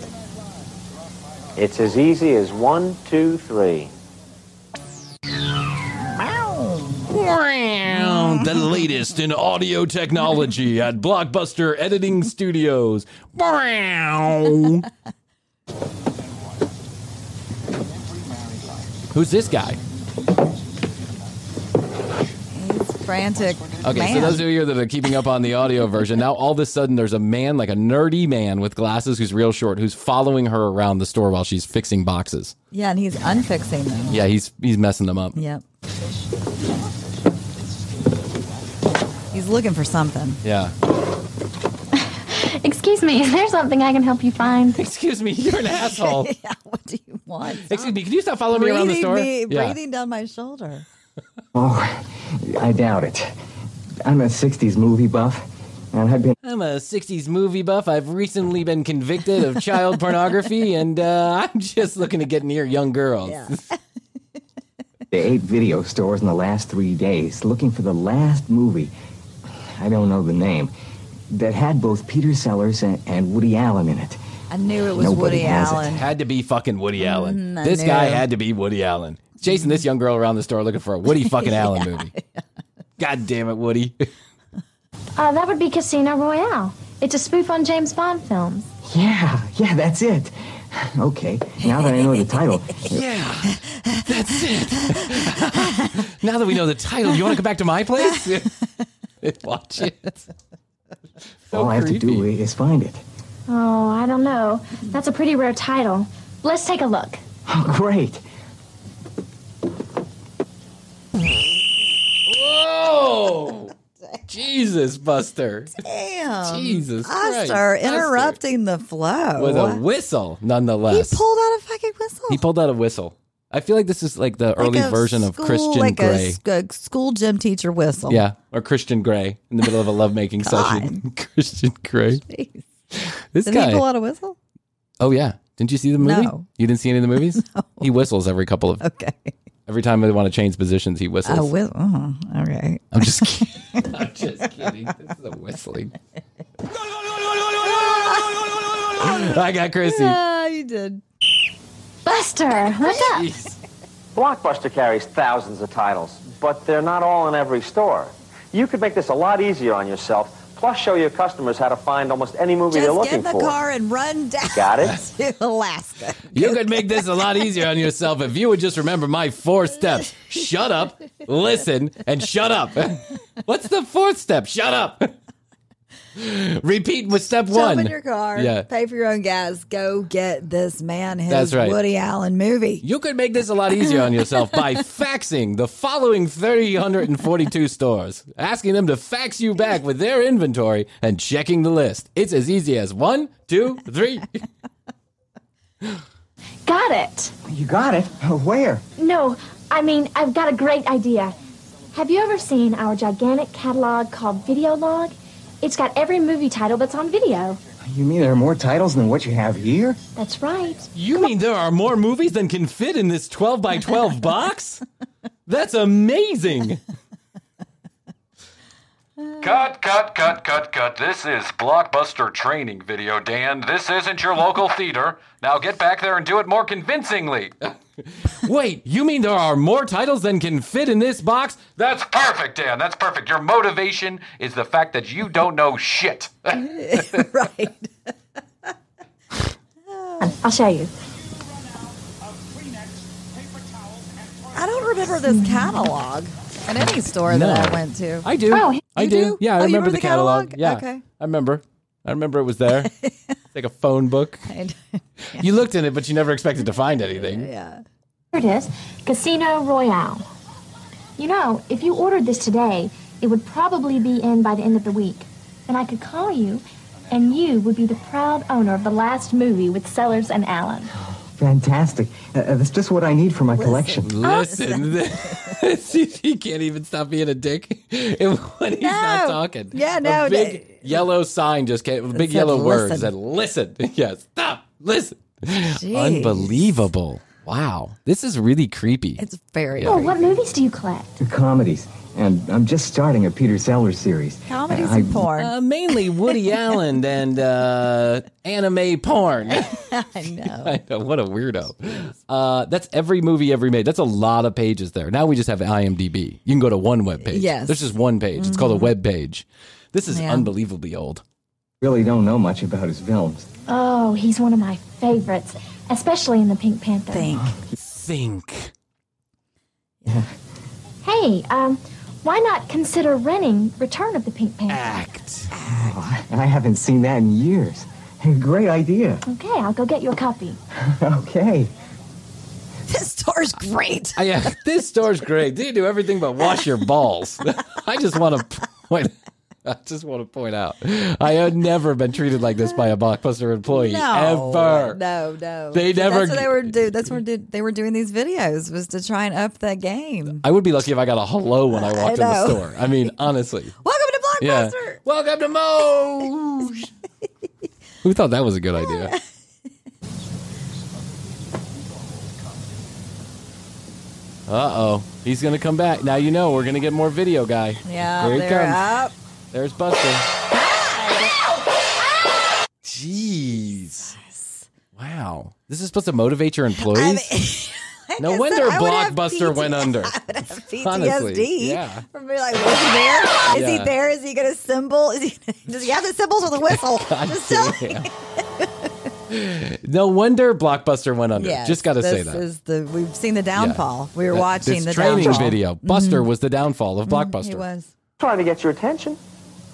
Speaker 7: It's as easy as one, two, three.
Speaker 3: Wow, the latest in audio technology at Blockbuster Editing Studios. Wow. Who's this guy?
Speaker 5: Frantic.
Speaker 3: Okay,
Speaker 5: man.
Speaker 3: so those of you that are keeping up on the audio version, now all of a sudden there's a man, like a nerdy man with glasses who's real short, who's following her around the store while she's fixing boxes.
Speaker 5: yeah, and he's unfixing them.
Speaker 3: Yeah, he's he's messing them up.
Speaker 5: Yep. He's looking for something.
Speaker 3: Yeah.
Speaker 6: Excuse me, is there something I can help you find?
Speaker 3: Excuse me, you're an asshole.
Speaker 5: Yeah, what do you want?
Speaker 3: Excuse me, can you stop following me around the store?
Speaker 5: me,
Speaker 3: Yeah.
Speaker 5: breathing down my shoulder.
Speaker 8: Oh, I doubt it. I'm a 60s movie buff, and I've been
Speaker 3: I'm a 60s movie buff. I've recently been convicted of child pornography, and uh, I'm just looking to get near young girls.
Speaker 5: Yeah.
Speaker 8: to eight video stores in the last three days looking for the last movie. I don't know the name. That had both Peter Sellers and, and Woody Allen in it.
Speaker 5: I knew it was
Speaker 8: Nobody
Speaker 5: Woody
Speaker 8: has it.
Speaker 5: Allen. Mm-hmm,
Speaker 3: Had to be fucking Woody Allen.
Speaker 5: I
Speaker 3: this guy
Speaker 5: knew.
Speaker 3: had to be Woody Allen. Chasing this young girl around the store looking for a Woody fucking Allen movie. God damn it, Woody.
Speaker 6: Uh, that would be Casino Royale. It's a spoof on James Bond films.
Speaker 8: Yeah, yeah, that's it. Okay, now that I know the title,
Speaker 3: Yeah, that's it. now that we know the title, you want to come back to my place? Watch it. So
Speaker 8: all I have to do
Speaker 3: creepy.
Speaker 8: is find it.
Speaker 6: Oh, I don't know. That's a pretty rare title. Let's take a look.
Speaker 8: Oh, great.
Speaker 3: Whoa! Jesus, Buster.
Speaker 5: Damn.
Speaker 3: Jesus Christ,
Speaker 5: Buster interrupting the flow.
Speaker 3: With a whistle,
Speaker 5: he
Speaker 3: nonetheless.
Speaker 5: pulled out a fucking whistle.
Speaker 3: He pulled out a whistle. I feel like this is like the early
Speaker 5: Like a
Speaker 3: version of
Speaker 5: school-
Speaker 3: Christian
Speaker 5: like a
Speaker 3: Grey.
Speaker 5: s- A, school gym teacher whistle.
Speaker 3: Yeah, or Christian Grey in the middle of a lovemaking session. Christian Grey. This
Speaker 5: Did
Speaker 3: guy.
Speaker 5: he pull out a whistle?
Speaker 3: oh yeah. Didn't you see the movie?
Speaker 5: No.
Speaker 3: You didn't see any of the movies? He whistles every couple of
Speaker 5: Okay.
Speaker 3: every time they want to change positions, he whistles.
Speaker 5: A whistle. Oh, okay.
Speaker 3: I'm just kidding. I'm just kidding. This is a whistling. I got Chrissy.
Speaker 5: Yeah, you did.
Speaker 6: Buster, look up.
Speaker 7: Blockbuster carries thousands of titles, but they're not all in every store. You could make this a lot easier on yourself, plus show your customers how to find almost any movie they're
Speaker 5: Just
Speaker 7: looking
Speaker 5: get in the
Speaker 7: for.
Speaker 5: car and run down
Speaker 7: Got it?
Speaker 5: to Alaska.
Speaker 3: You could make this a lot easier on yourself if you would just remember my four steps. Shut up, listen, and shut up. What's the fourth step? Shut up. Repeat with step one.
Speaker 5: Jump in your car.
Speaker 3: Yeah.
Speaker 5: Pay for your own gas. Go get this man his
Speaker 3: That's right.
Speaker 5: Woody Allen movie.
Speaker 3: You could make this a lot easier on yourself by faxing the following 342 stores, asking them to fax you back with their inventory and checking the list. It's as easy as one, two, three.
Speaker 6: Got it.
Speaker 8: You got it? Oh, Where?
Speaker 6: No, I mean, I've got a great idea. Have you ever seen our gigantic catalog called Videolog? It's got every movie title that's on video.
Speaker 8: You mean there are more titles than what you have here?
Speaker 6: That's right.
Speaker 3: You mean there are more movies than can fit in this 12 by 12 box? That's amazing.
Speaker 2: Cut, cut, cut, cut, cut. This is blockbuster training video, Dan. This isn't your local theater. Now get back there and do it more convincingly.
Speaker 3: Wait, you mean there are more titles than can fit in this box?
Speaker 2: That's perfect, Dan. That's perfect. Your motivation is the fact that you don't know shit.
Speaker 5: right.
Speaker 6: I'll show you.
Speaker 5: I don't remember this catalog at any store that I went to.
Speaker 3: I do.
Speaker 6: Oh,
Speaker 3: I
Speaker 5: you
Speaker 3: do.
Speaker 5: do?
Speaker 3: Yeah, I
Speaker 5: Oh, you
Speaker 3: remember,
Speaker 5: remember
Speaker 3: the
Speaker 5: the
Speaker 3: catalog.
Speaker 5: catalog?
Speaker 3: Yeah.
Speaker 5: Okay.
Speaker 3: I remember. I remember it was there. It's like a phone book. You looked in it, but you never expected to find anything.
Speaker 5: yeah.
Speaker 6: Here it is Casino Royale. You know, if you ordered this today, it would probably be in by the end of the week. Then I could call you, and you would be the proud owner of the last movie with Sellers and Allen.
Speaker 8: Fantastic. Uh, uh, that's just what I need for my collection.
Speaker 3: Listen, See, he can't even stop being a dick when he's
Speaker 5: No.
Speaker 3: not talking.
Speaker 5: Yeah,
Speaker 3: A
Speaker 5: no,
Speaker 3: big yellow sign just came. A big
Speaker 5: said
Speaker 3: yellow word
Speaker 5: listen.
Speaker 3: said, "Listen." Yeah, stop. Listen. Unbelievable. Wow, this is really creepy.
Speaker 5: It's very
Speaker 6: Oh, what movies do you collect?
Speaker 8: Comedies. And I'm just starting a Peter Sellers series.
Speaker 5: comedies
Speaker 8: I-
Speaker 5: and porn.
Speaker 3: Uh, mainly Woody Allen and uh, anime porn.
Speaker 5: I know.
Speaker 3: I know, what a weirdo. Uh, that's every movie ever made. That's a lot of pages there. Now we just have IMDb. You can go to one web page.
Speaker 5: Yes. Mm-hmm.
Speaker 3: There's just one page. It's called a web page. This is
Speaker 5: Yeah.
Speaker 3: unbelievably old.
Speaker 8: really don't know much about his films.
Speaker 6: Oh, he's one of my favorites, especially in the Pink Panther.
Speaker 5: Think.
Speaker 3: Think.
Speaker 6: Hey, um, why not consider renting Return of the Pink Panther?
Speaker 3: Act.
Speaker 8: Oh, I haven't seen that in years. Great idea.
Speaker 6: Okay, I'll go get you a copy.
Speaker 8: Okay.
Speaker 5: This store's great.
Speaker 3: I, yeah, this store's great. They do everything but wash your balls. I just want to point. I just want to point out, I have never been treated like this by a blockbuster employee
Speaker 5: No,
Speaker 3: ever.
Speaker 5: no, no.
Speaker 3: They
Speaker 5: But
Speaker 3: never
Speaker 5: That's what
Speaker 3: g-
Speaker 5: they were do. That's what did- they were doing these videos was to try and up the game.
Speaker 3: I would be lucky if I got a hello when I walked in the
Speaker 5: know.
Speaker 3: store. I mean, honestly.
Speaker 5: Welcome to
Speaker 3: Yeah.
Speaker 5: Blockbuster.
Speaker 3: Welcome to Moe's. Who thought that was a good idea? Uh oh, he's gonna come back. Now you know we're gonna get more video guy.
Speaker 5: Yeah,
Speaker 3: here he
Speaker 5: they're
Speaker 3: comes.
Speaker 5: up.
Speaker 3: There's Buster. Jeez. Wow. This is supposed to motivate your employees?
Speaker 5: Like
Speaker 3: No
Speaker 5: I said,
Speaker 3: wonder
Speaker 5: I would have
Speaker 3: Blockbuster went
Speaker 5: PT
Speaker 3: under.
Speaker 5: I would have PTSD
Speaker 3: Honestly, yeah.
Speaker 5: from being like, was he there? Is
Speaker 3: Yeah.
Speaker 5: he there? Is he going to symbol? Is he? Does he have the symbols or the whistle? Just tell me.
Speaker 3: Yeah. no wonder Blockbuster went under.
Speaker 5: Yes,
Speaker 3: Just got to say
Speaker 5: this
Speaker 3: that.
Speaker 5: is the we've seen the downfall. We were
Speaker 3: That-
Speaker 5: watching
Speaker 3: Uh, this
Speaker 5: the
Speaker 3: training
Speaker 5: downfall. Mm-hmm.
Speaker 3: video. Buster was the downfall of Blockbuster.
Speaker 5: He was.
Speaker 7: Trying to get your attention.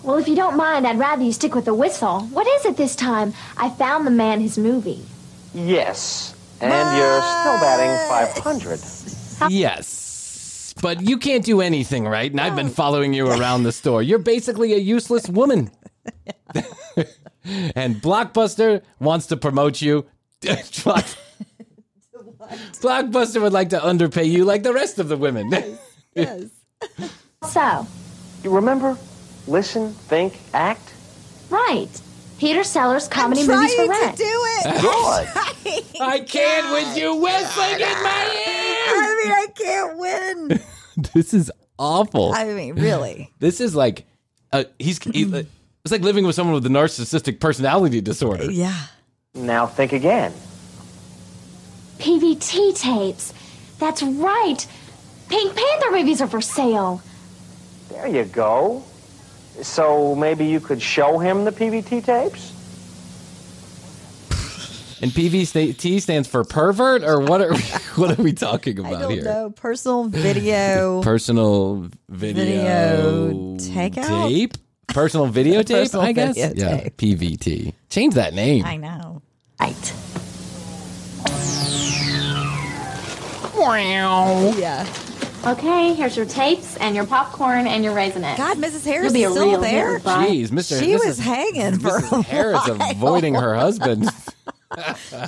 Speaker 6: Well, if you don't mind, I'd rather you stick with the whistle. What is it this time? I found the man his movie.
Speaker 7: Yes. And you're still batting 500.
Speaker 3: Yes. pissed, but you can't do anything, right? And I've been following you around the store. You're basically a useless woman. and Blockbuster wants to promote you. Block- Blockbuster would like to underpay you like the rest of the women.
Speaker 7: Yes.
Speaker 6: So,
Speaker 7: you remember? Listen, think, act.
Speaker 6: Right. Peter Sellers comedy
Speaker 5: I'm
Speaker 6: movies for
Speaker 5: trying to
Speaker 6: rent.
Speaker 5: do it.
Speaker 7: Good.
Speaker 3: I can't with you whistling in my ear.
Speaker 5: I mean, I can't win.
Speaker 3: this is awful.
Speaker 5: I mean, really. Mm-hmm.
Speaker 3: This is like uh, he's he, it's like living with someone with a narcissistic personality disorder.
Speaker 5: Yeah.
Speaker 7: Now think again.
Speaker 6: PVT tapes. That's right. Pink Panther movies are for sale.
Speaker 7: There you go. So maybe you could show him the PVT tapes?
Speaker 3: And PVT stands for pervert, or what are we, what are we talking
Speaker 5: I
Speaker 3: about
Speaker 5: don't
Speaker 3: here?
Speaker 5: know. Personal video.
Speaker 3: Personal video,
Speaker 5: Video takeout?
Speaker 3: tape, personal videotape.
Speaker 5: Personal
Speaker 3: I guess
Speaker 5: videotape.
Speaker 3: yeah, PVT. Change that name.
Speaker 5: I know.
Speaker 6: Right.
Speaker 5: Yeah.
Speaker 6: Okay, here's your tapes and your popcorn and your raisinette.
Speaker 5: God, Mrs.
Speaker 6: You'll
Speaker 5: Harris
Speaker 6: be a
Speaker 5: is still
Speaker 6: real
Speaker 5: there.
Speaker 6: hero, bud.
Speaker 3: Jeez, Mr.
Speaker 5: She
Speaker 3: Mrs.
Speaker 5: was hanging for a
Speaker 3: Mrs. Harris
Speaker 5: while.
Speaker 3: avoiding her husband.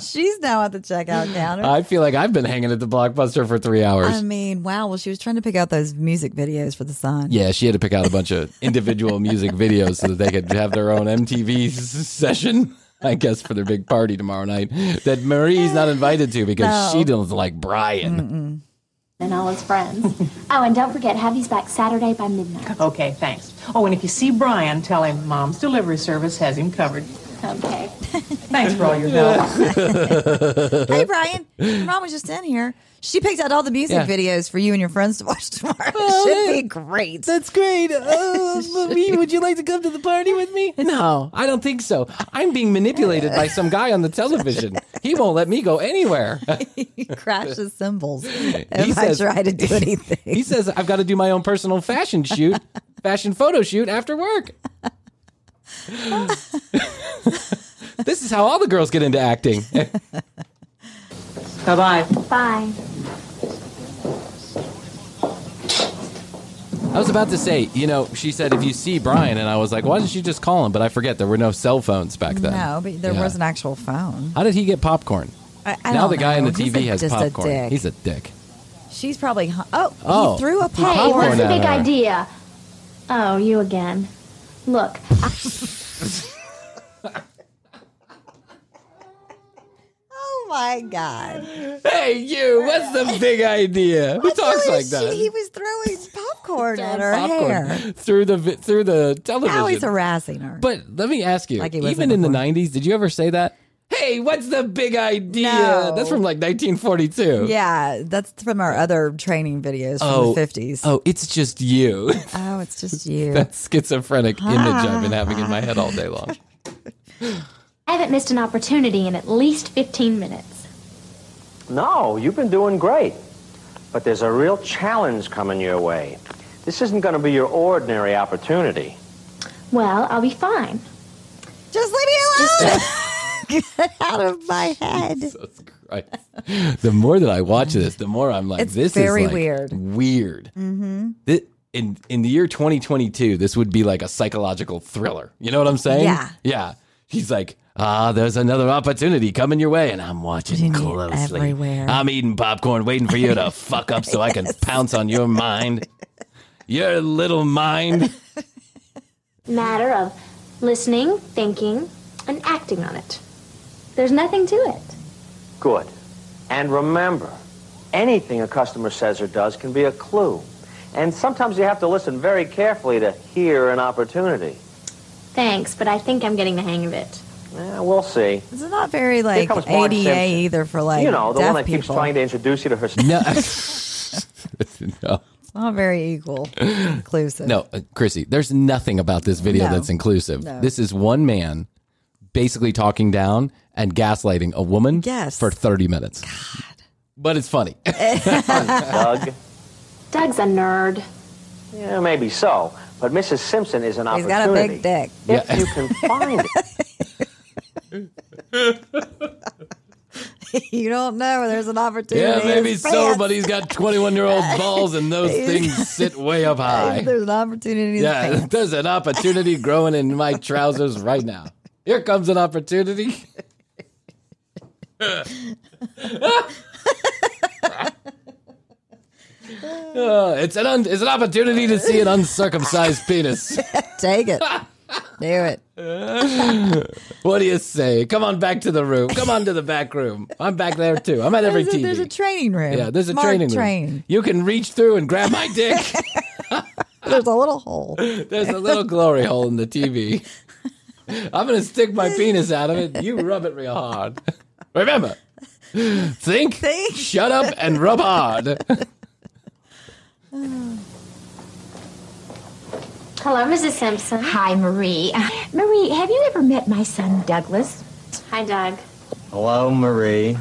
Speaker 5: She's now at the checkout counter.
Speaker 3: I feel like I've been hanging at the blockbuster for three hours.
Speaker 5: I mean, wow. Well, she was trying to pick out those music videos for the sign.
Speaker 3: Yeah, she had to pick out a bunch of individual music videos so that they could have their own MTV s- session, I guess, for their big party tomorrow night that Marie's not invited to
Speaker 5: No.
Speaker 3: because she doesn't like Brian.
Speaker 6: And all his friends. oh, and don't forget, Havy's back Saturday by midnight.
Speaker 9: Okay, thanks. Oh, and if you see Brian, tell him Mom's Delivery Service has him covered.
Speaker 6: Okay.
Speaker 9: Thanks for all your help.
Speaker 5: Hey, Brian. Your mom was just in here. She picked out all the music
Speaker 3: Yeah.
Speaker 5: videos for you and your friends to watch tomorrow.
Speaker 3: Oh,
Speaker 5: Should
Speaker 3: yeah.
Speaker 5: be great.
Speaker 3: That's great. Marie, would you like to come to the party with me?
Speaker 5: Oh.
Speaker 3: No, I don't think so. I'm being manipulated by some guy on the television. He won't let me go anywhere.
Speaker 5: he crashes cymbals if
Speaker 3: He
Speaker 5: I
Speaker 3: says-
Speaker 5: try to do
Speaker 3: He
Speaker 5: anything.
Speaker 3: says I've got to do my own personal fashion shoot, fashion photo shoot after work.
Speaker 5: Oh
Speaker 3: this is how all the girls get into acting.
Speaker 9: Bye bye.
Speaker 6: Bye.
Speaker 3: I was about to say, you know, she said if you see Brian, and I was like, why didn't she just call him? But I forget there were no cell phones back then.
Speaker 5: No, but there
Speaker 3: Yeah.
Speaker 5: was an actual phone.
Speaker 3: How did he get popcorn?
Speaker 5: I, I
Speaker 3: now
Speaker 5: don't
Speaker 3: the guy on the
Speaker 5: know. He's
Speaker 3: TV
Speaker 5: a-
Speaker 3: has
Speaker 5: just a
Speaker 3: popcorn.
Speaker 5: dick.
Speaker 3: He's a dick.
Speaker 5: She's probably. hu- Oh,
Speaker 3: Oh.
Speaker 5: he threw a
Speaker 3: Hey,
Speaker 5: pop.
Speaker 6: Hey, what's the
Speaker 3: at
Speaker 6: big
Speaker 3: her.
Speaker 6: idea? Oh, you again. Look, I-
Speaker 5: Oh my god!
Speaker 3: Hey, you! What's the big idea? Who talks
Speaker 5: Really,
Speaker 3: like that?
Speaker 5: She, he was throwing popcorn at her
Speaker 3: popcorn
Speaker 5: hair.
Speaker 3: through the vi- through the television.
Speaker 5: Now he's harassing her.
Speaker 3: But let me ask you,
Speaker 5: Like he wasn't
Speaker 3: even in the
Speaker 5: before.
Speaker 3: 90s, did you ever say that? Hey, what's the big idea?
Speaker 5: No.
Speaker 3: That's from like 1942.
Speaker 5: yeah, that's from our other training videos from
Speaker 3: Oh,
Speaker 5: the fifties.
Speaker 3: Oh, it's just you.
Speaker 5: Oh, it's just you.
Speaker 3: that schizophrenic image I've been having in my head all day long.
Speaker 6: I haven't missed an opportunity in at least 15 minutes.
Speaker 7: No, you've been doing great. But there's a real challenge coming your way. This isn't going to be your ordinary opportunity.
Speaker 6: Well, I'll be fine.
Speaker 5: just leave me alone. Get out of my head.
Speaker 3: Jesus Christ. The more that I watch this, the more I'm like,
Speaker 5: It's
Speaker 3: this
Speaker 5: very
Speaker 3: is like
Speaker 5: weird.
Speaker 3: Weird. Mm-hmm. in in the year 2022, this would be like a psychological thriller. You know what I'm saying?
Speaker 5: Yeah.
Speaker 3: Yeah. He's like, ah, there's another opportunity coming your way, and I'm watching
Speaker 5: Putting it
Speaker 3: closely.
Speaker 5: everywhere.
Speaker 3: I'm eating popcorn, waiting for you to fuck up so I can pounce on your mind. Your little mind.
Speaker 6: Matter of listening, thinking, and acting on it. There's nothing to it.
Speaker 7: Good. And remember, anything a customer says or does can be a clue. And sometimes you have to listen very carefully to hear an opportunity.
Speaker 6: Thanks, but I think I'm getting the hang of it.
Speaker 7: Yeah, we'll see.
Speaker 5: It's not very like
Speaker 7: comes Marge
Speaker 5: ADA
Speaker 7: Simpson.
Speaker 5: either for like
Speaker 7: you know, the
Speaker 5: deaf
Speaker 7: one that
Speaker 5: people.
Speaker 7: keeps trying to introduce you to her.
Speaker 3: No. no.
Speaker 5: It's not very equal, inclusive.
Speaker 3: No, uh, Chrissy, there's nothing about this video
Speaker 5: No.
Speaker 3: that's inclusive.
Speaker 5: No.
Speaker 3: This is one man basically talking down and gaslighting a woman
Speaker 5: Yes.
Speaker 3: for 30 minutes. God. But it's funny.
Speaker 7: Doug.
Speaker 6: Doug's a nerd.
Speaker 7: Yeah, maybe so. But Mrs. Simpson is an
Speaker 5: He's got a
Speaker 7: opportunity.
Speaker 5: big dick.
Speaker 7: If you can find it.
Speaker 5: you don't know. There's an opportunity.
Speaker 3: Yeah, maybe
Speaker 5: It's
Speaker 3: so,
Speaker 5: France.
Speaker 3: but he's got 21 year old balls and those
Speaker 5: He's-
Speaker 3: things sit way up high.
Speaker 5: There's an opportunity.
Speaker 3: Yeah,
Speaker 5: Yeah.
Speaker 3: there's an opportunity growing in my trousers right now. Here comes an opportunity. Uh, it's an un- it's an opportunity to see an uncircumcised penis.
Speaker 5: Take it. Do it.
Speaker 3: what do you say? Come on back to the room. Come on to the back room. I'm back there too. I'm at every
Speaker 5: there's, a,
Speaker 3: TV.
Speaker 5: there's a training room.
Speaker 3: yeah, there's a
Speaker 5: Mark
Speaker 3: training room.
Speaker 5: Train.
Speaker 3: You can reach through and grab my dick.
Speaker 5: There's a little hole.
Speaker 3: There's a little glory hole in the TV. I'm gonna stick my penis out of it. You rub it real hard. Remember, think,
Speaker 5: Think.
Speaker 3: shut up, and rub hard.
Speaker 6: Hello, Mrs. Simpson. Hi, Marie. Uh, Marie, have you ever met my son, Douglas? Hi, Doug.
Speaker 8: Hello, Marie.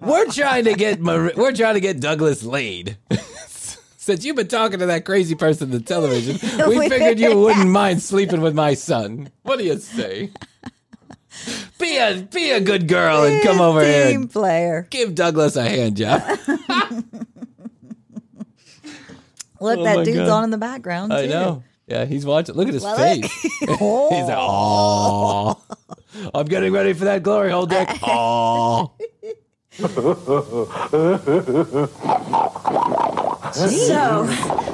Speaker 3: We're trying to get Mar- we're trying to get Douglas laid. Since you've been talking to that crazy person on the television, we
Speaker 5: We
Speaker 3: figured you wouldn't mind sleeping with my son. What do you say? Be a be a good girl and come over here.
Speaker 5: Team
Speaker 3: and
Speaker 5: player.
Speaker 3: Give Douglas a hand job.
Speaker 5: Look,
Speaker 3: Oh my
Speaker 5: that dude's
Speaker 3: God.
Speaker 5: on in the background.
Speaker 3: I
Speaker 5: too.
Speaker 3: know. Yeah, he's watching. Look at his
Speaker 5: Well, look.
Speaker 3: face. He's like, oh, I'm getting ready for that glory hole, Dick. Oh,
Speaker 6: So,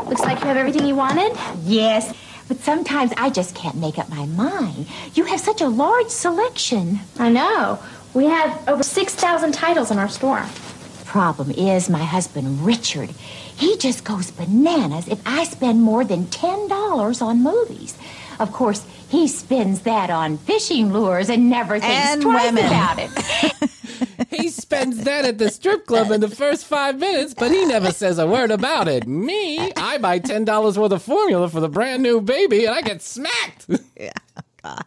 Speaker 6: looks like you have everything you wanted? Yes, but sometimes I just can't make up my mind. You have such a large selection. I know. We have over 6,000 titles in our store. Problem is, my husband Richard, he just goes bananas if I spend more than $10 on movies. Of course, he spends that on fishing lures and never thinks
Speaker 5: And
Speaker 6: twice
Speaker 5: women.
Speaker 6: about it.
Speaker 3: he spends that at the strip club in the first five minutes, but he never says a word about it. Me, I buy ten dollars worth of formula for the brand new baby, and I get smacked. Yeah, God,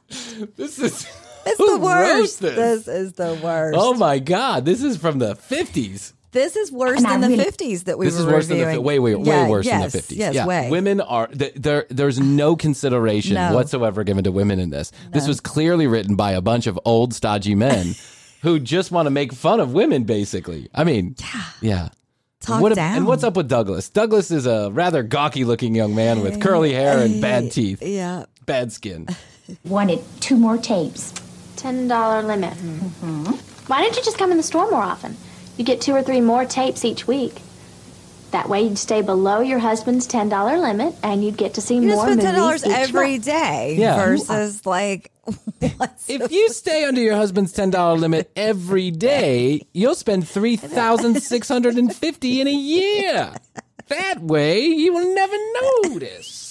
Speaker 3: this is
Speaker 5: It's
Speaker 3: who
Speaker 5: the worst.
Speaker 3: wrote
Speaker 5: This is the worst.
Speaker 3: Oh my God, this is from the fifties.
Speaker 5: This is worse
Speaker 6: And I
Speaker 5: than the
Speaker 6: really-
Speaker 5: 50s that we
Speaker 3: This
Speaker 5: were
Speaker 3: is worse than the
Speaker 5: reviewing.
Speaker 3: fi- way, way, way
Speaker 5: Yeah,
Speaker 3: worse than the
Speaker 5: yes,
Speaker 3: fifties.
Speaker 5: Yes,
Speaker 3: yeah.
Speaker 5: way.
Speaker 3: women are th- there. There's no consideration
Speaker 5: No.
Speaker 3: whatsoever given to women in this. This was clearly written by a bunch of old stodgy men who just want to make fun of women. Basically, I mean, yeah, yeah.
Speaker 5: Talk
Speaker 3: What ab-
Speaker 5: down.
Speaker 3: And what's up with Douglas? Douglas is a rather gawky-looking young man with curly hair and bad teeth,
Speaker 5: Yeah.
Speaker 3: bad skin.
Speaker 6: Wanted two more tapes. Mm-hmm.
Speaker 10: Ten dollar limit. Why don't you just come in the store more often? You get two or three more tapes each week. That way, you'd stay below your husband's ten dollar limit, and you'd get to see
Speaker 5: You just
Speaker 10: more
Speaker 5: spend ten
Speaker 10: movies
Speaker 5: dollars
Speaker 10: each
Speaker 5: every
Speaker 10: month.
Speaker 5: day
Speaker 3: Yeah.
Speaker 5: versus like once
Speaker 3: If you stay under your husband's ten dollar limit every day, you'll spend three thousand six hundred and fifty in a year. That way, you will never notice.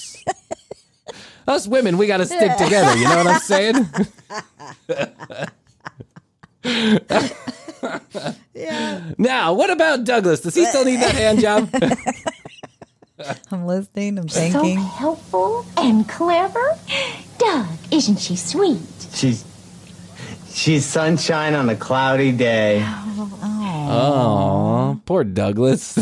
Speaker 3: Us women, we got to stick together. You know what I'm saying?
Speaker 5: Yeah.
Speaker 3: Now, what about Douglas? Does he still need that hand job?
Speaker 5: I'm listening, I'm
Speaker 6: so
Speaker 5: thinking.
Speaker 6: helpful and clever. Doug, isn't she sweet?
Speaker 8: She's she's sunshine on a cloudy day.
Speaker 6: oh.
Speaker 3: Oh, poor Douglas.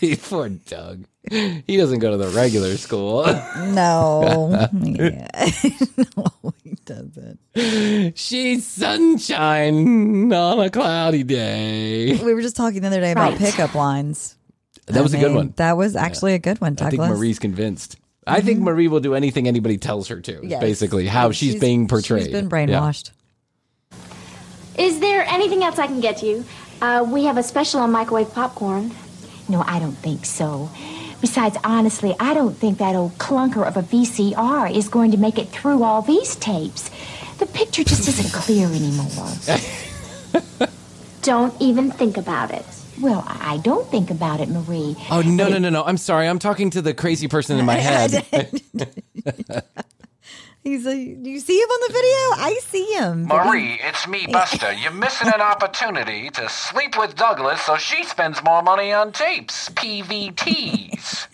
Speaker 3: poor Doug. He doesn't go to the regular school.
Speaker 5: No. Yeah. no, he doesn't.
Speaker 3: She's sunshine on a cloudy day.
Speaker 5: We were just talking the other day about
Speaker 6: Right.
Speaker 5: pickup lines.
Speaker 3: That was a good one.
Speaker 5: That was actually a good one,
Speaker 3: I
Speaker 5: Douglas. Mm-hmm.
Speaker 3: think Marie's convinced. I think Marie will do anything anybody tells her to.
Speaker 5: Yes.
Speaker 3: Basically, how she's, being portrayed.
Speaker 5: She's been
Speaker 3: Yeah.
Speaker 5: brainwashed.
Speaker 10: Is there anything else I can get you? Uh, we have a special on microwave popcorn.
Speaker 6: No, I don't think so. Besides, honestly, I don't think that old clunker of a VCR is going to make it through all these tapes. The picture just isn't clear anymore.
Speaker 10: Don't even think about it.
Speaker 6: Well, I I don't think about it, Marie.
Speaker 3: Oh no no no no! I'm sorry. I'm talking to the crazy person in my head.
Speaker 5: He's a, you see him on the video? I see him.
Speaker 2: Marie, it's me, Buster. You're missing an opportunity to sleep with Douglas so she spends more money on tapes. PVTs.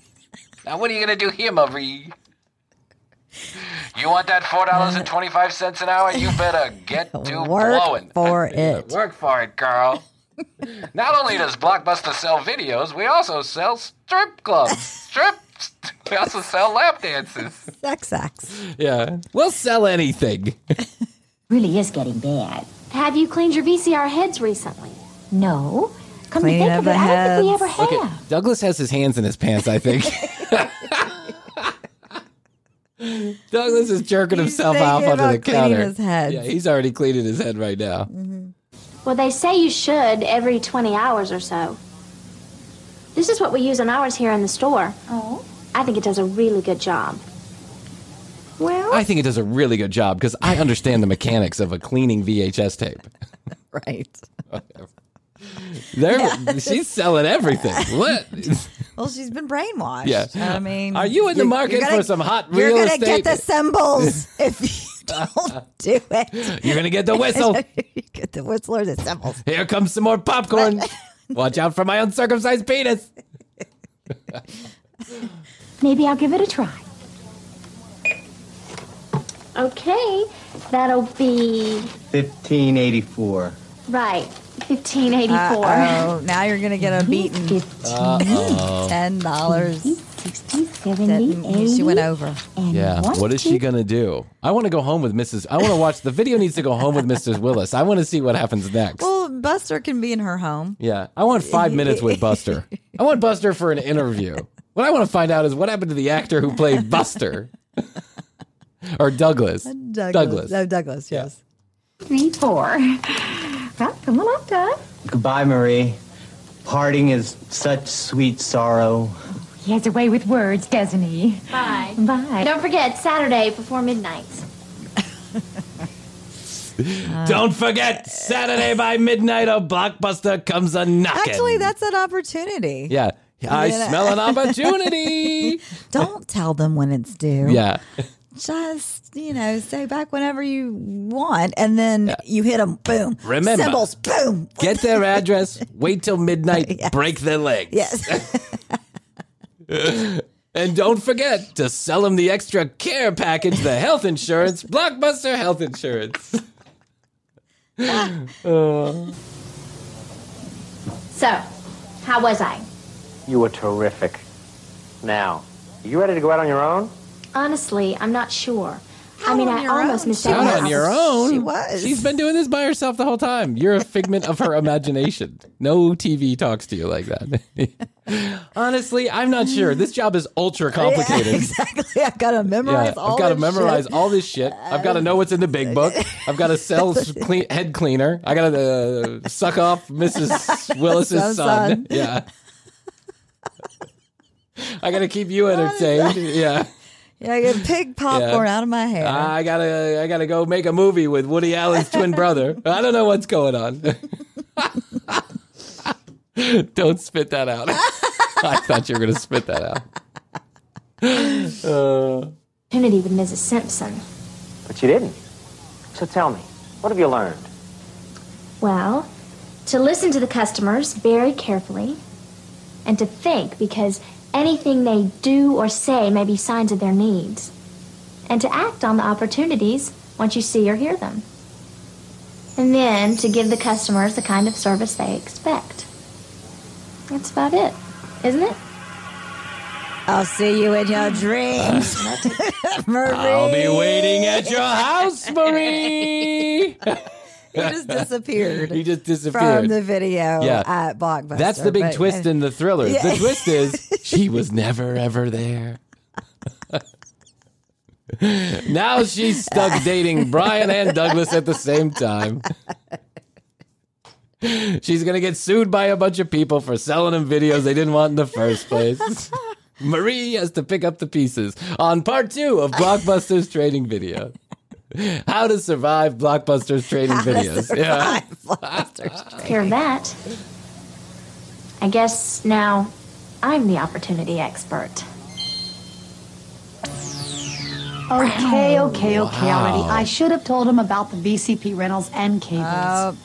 Speaker 2: now, what are you going to do here, Marie? You want that $4.25 an hour? You better get to
Speaker 5: Work
Speaker 2: blowing.
Speaker 5: for it.
Speaker 2: Work for it, girl. Not only does Blockbuster sell videos, we also sell strip clubs. Strip. We also sell lap dances.
Speaker 5: Sex acts.
Speaker 3: yeah, we'll sell anything.
Speaker 6: Really is getting bad. Have you cleaned your VCR heads recently? No. Come
Speaker 5: Cleaning
Speaker 6: to think
Speaker 5: of
Speaker 6: of
Speaker 5: the
Speaker 6: it, I don't think we ever have.
Speaker 3: Okay, Douglas has his hands in his pants, I think. Douglas is jerking himself
Speaker 6: thinking
Speaker 3: off under
Speaker 6: about
Speaker 3: the
Speaker 6: cleaning
Speaker 3: counter.
Speaker 6: his head.
Speaker 3: Yeah, he's already cleaning his head right now.
Speaker 6: Well, they say you should every 20 hours or so. This is what we use on ours here in the store. Oh. I think it does a really good job. Well,
Speaker 3: I think it does a really good job because I understand the mechanics of a cleaning VHS tape.
Speaker 5: right.
Speaker 3: There, she's selling everything. What?
Speaker 5: Well, she's been brainwashed.
Speaker 3: Yeah.
Speaker 5: I mean,
Speaker 3: Are you in the
Speaker 5: you're-
Speaker 3: market
Speaker 5: you're
Speaker 3: for some hot
Speaker 5: You're
Speaker 3: real
Speaker 5: gonna
Speaker 3: estate?
Speaker 5: get the symbols if you don't do it.
Speaker 3: You're gonna get the whistle.
Speaker 5: you get the whistler, the symbols.
Speaker 3: Here comes some more popcorn. Watch out for my uncircumcised penis.
Speaker 6: maybe I'll give it a try. Okay, that'll be
Speaker 8: 1584.
Speaker 6: right, 1584.
Speaker 5: Oh, now you're gonna get a beaten.
Speaker 3: Uh-oh.
Speaker 5: Ten dollars. She went over.
Speaker 3: Yeah. What is she going to do? I want to go home with Mrs. I want to watch the video needs to go home with Mrs. Willis. I want to see what happens next.
Speaker 5: Well, Buster can be in her home.
Speaker 3: Yeah. I want 5 minutes with Buster. I want Buster for an interview. What I want to find out is what happened to the actor who played Buster. or Douglas.
Speaker 5: Douglas.
Speaker 3: Douglas.
Speaker 5: Oh, Douglas. Yes.
Speaker 6: Three, four.
Speaker 8: Well, come on up, Doug. Goodbye, Marie. Parting is such sweet sorrow.
Speaker 11: He has a way with words, doesn't he?
Speaker 6: Bye.
Speaker 11: Bye.
Speaker 6: Don't forget Saturday before midnight.
Speaker 5: Uh-huh.
Speaker 3: Don't forget Saturday by midnight a blockbuster comes a knocking.
Speaker 5: Actually, that's an opportunity.
Speaker 3: Yeah. I
Speaker 5: Yeah.
Speaker 3: smell an opportunity.
Speaker 5: Don't tell them when it's due.
Speaker 3: Yeah.
Speaker 5: Just you know, say back whenever you want, and then you hit them. Boom.
Speaker 3: Remember.
Speaker 5: Symbols. Boom.
Speaker 3: Get their address, wait till midnight, break their legs.
Speaker 5: Yes.
Speaker 3: and don't forget to sell them the extra care package, the health insurance, Blockbuster Health Insurance. Uh.
Speaker 6: so, how was I?
Speaker 7: You were terrific. Now, you ready to go out on your own?
Speaker 6: Honestly, I'm not sure. I mean, I almost missed
Speaker 3: Not
Speaker 6: out
Speaker 3: on your own.
Speaker 6: She was.
Speaker 3: She's been doing this by herself the whole time. You're a figment of her imagination. No TV talks to you like that. Honestly, I'm not sure. This job is ultra complicated.
Speaker 5: Yeah, exactly. I've got to memorize all.
Speaker 3: I've got to
Speaker 5: this shit.
Speaker 3: memorize all this shit. I've got to know what's in the big book. I've got to sell s- clean, head cleaner. I got to uh, suck off Mrs. Willis's
Speaker 5: Some
Speaker 3: son.
Speaker 5: son.
Speaker 3: Yeah. I got to keep you entertained. Yeah.
Speaker 5: Yeah, I get pig popcorn
Speaker 3: Yeah. Ah,
Speaker 5: out of my hair.
Speaker 3: I gotta, I gotta go make a movie with Woody Allen's twin brother. I don't know what's going on. don't spit that out. I thought you were gonna spit that out. Uh,
Speaker 6: opportunity with Mrs. Simpson.
Speaker 7: But you didn't. So tell me, what have you learned?
Speaker 6: Well, to listen to the customers very carefully and to think because anything they do or say may be signs of their needs. And to act on the opportunities once you see or hear them. And then to give the customers the kind of service they expect. That's about it, isn't it?
Speaker 5: I'll see you in your dreams, Marie.
Speaker 3: I'll be waiting at your house, Marie.
Speaker 5: He just disappeared.
Speaker 3: he just disappeared.
Speaker 5: from the video
Speaker 3: Yeah.
Speaker 5: at Blockbuster.
Speaker 3: That's the big
Speaker 5: but-
Speaker 3: twist in the thriller.
Speaker 5: Yeah.
Speaker 3: The twist is she was never ever there. now she's stuck dating Brian and Douglas at the same time. She's going to get sued by a bunch of people for selling them videos they didn't want in the first place. Marie has to pick up the pieces on part two of Blockbuster's training video. How to survive Blockbuster's training
Speaker 6: How to
Speaker 3: videos.
Speaker 6: survive Hear that? I guess now I'm the opportunity expert.
Speaker 10: Oh,
Speaker 11: Okay, okay, okay, already.
Speaker 6: Wow.
Speaker 11: I should have told him about the VCP rentals and cables.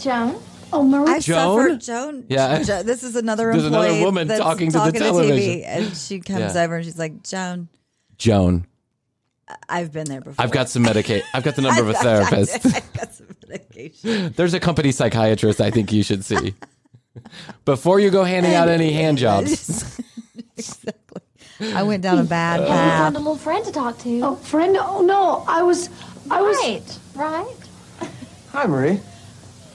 Speaker 6: Joan?
Speaker 11: Oh, Marie.
Speaker 5: I've
Speaker 3: Joan?
Speaker 5: suffered Joan.
Speaker 3: Yeah.
Speaker 5: Jo- this is another
Speaker 3: There's another
Speaker 5: employee
Speaker 3: woman
Speaker 5: that's
Speaker 3: talking to the television.
Speaker 5: TV, and she comes
Speaker 3: Yeah.
Speaker 5: over and she's like, "Joan,
Speaker 3: Joan.
Speaker 5: I've been there before.
Speaker 3: I've got some Medicaid. I've got the number of a
Speaker 5: I've-
Speaker 3: therapist.
Speaker 5: I've got some medication.
Speaker 3: There's a company psychiatrist I think you should see. Before you go handing out any hand jobs.
Speaker 5: I went down a bad
Speaker 6: And you
Speaker 5: path.
Speaker 6: found a little friend to talk to.
Speaker 11: Oh, friend. Oh, no. I was. I was.
Speaker 6: Right, right.
Speaker 7: Hi, Marie.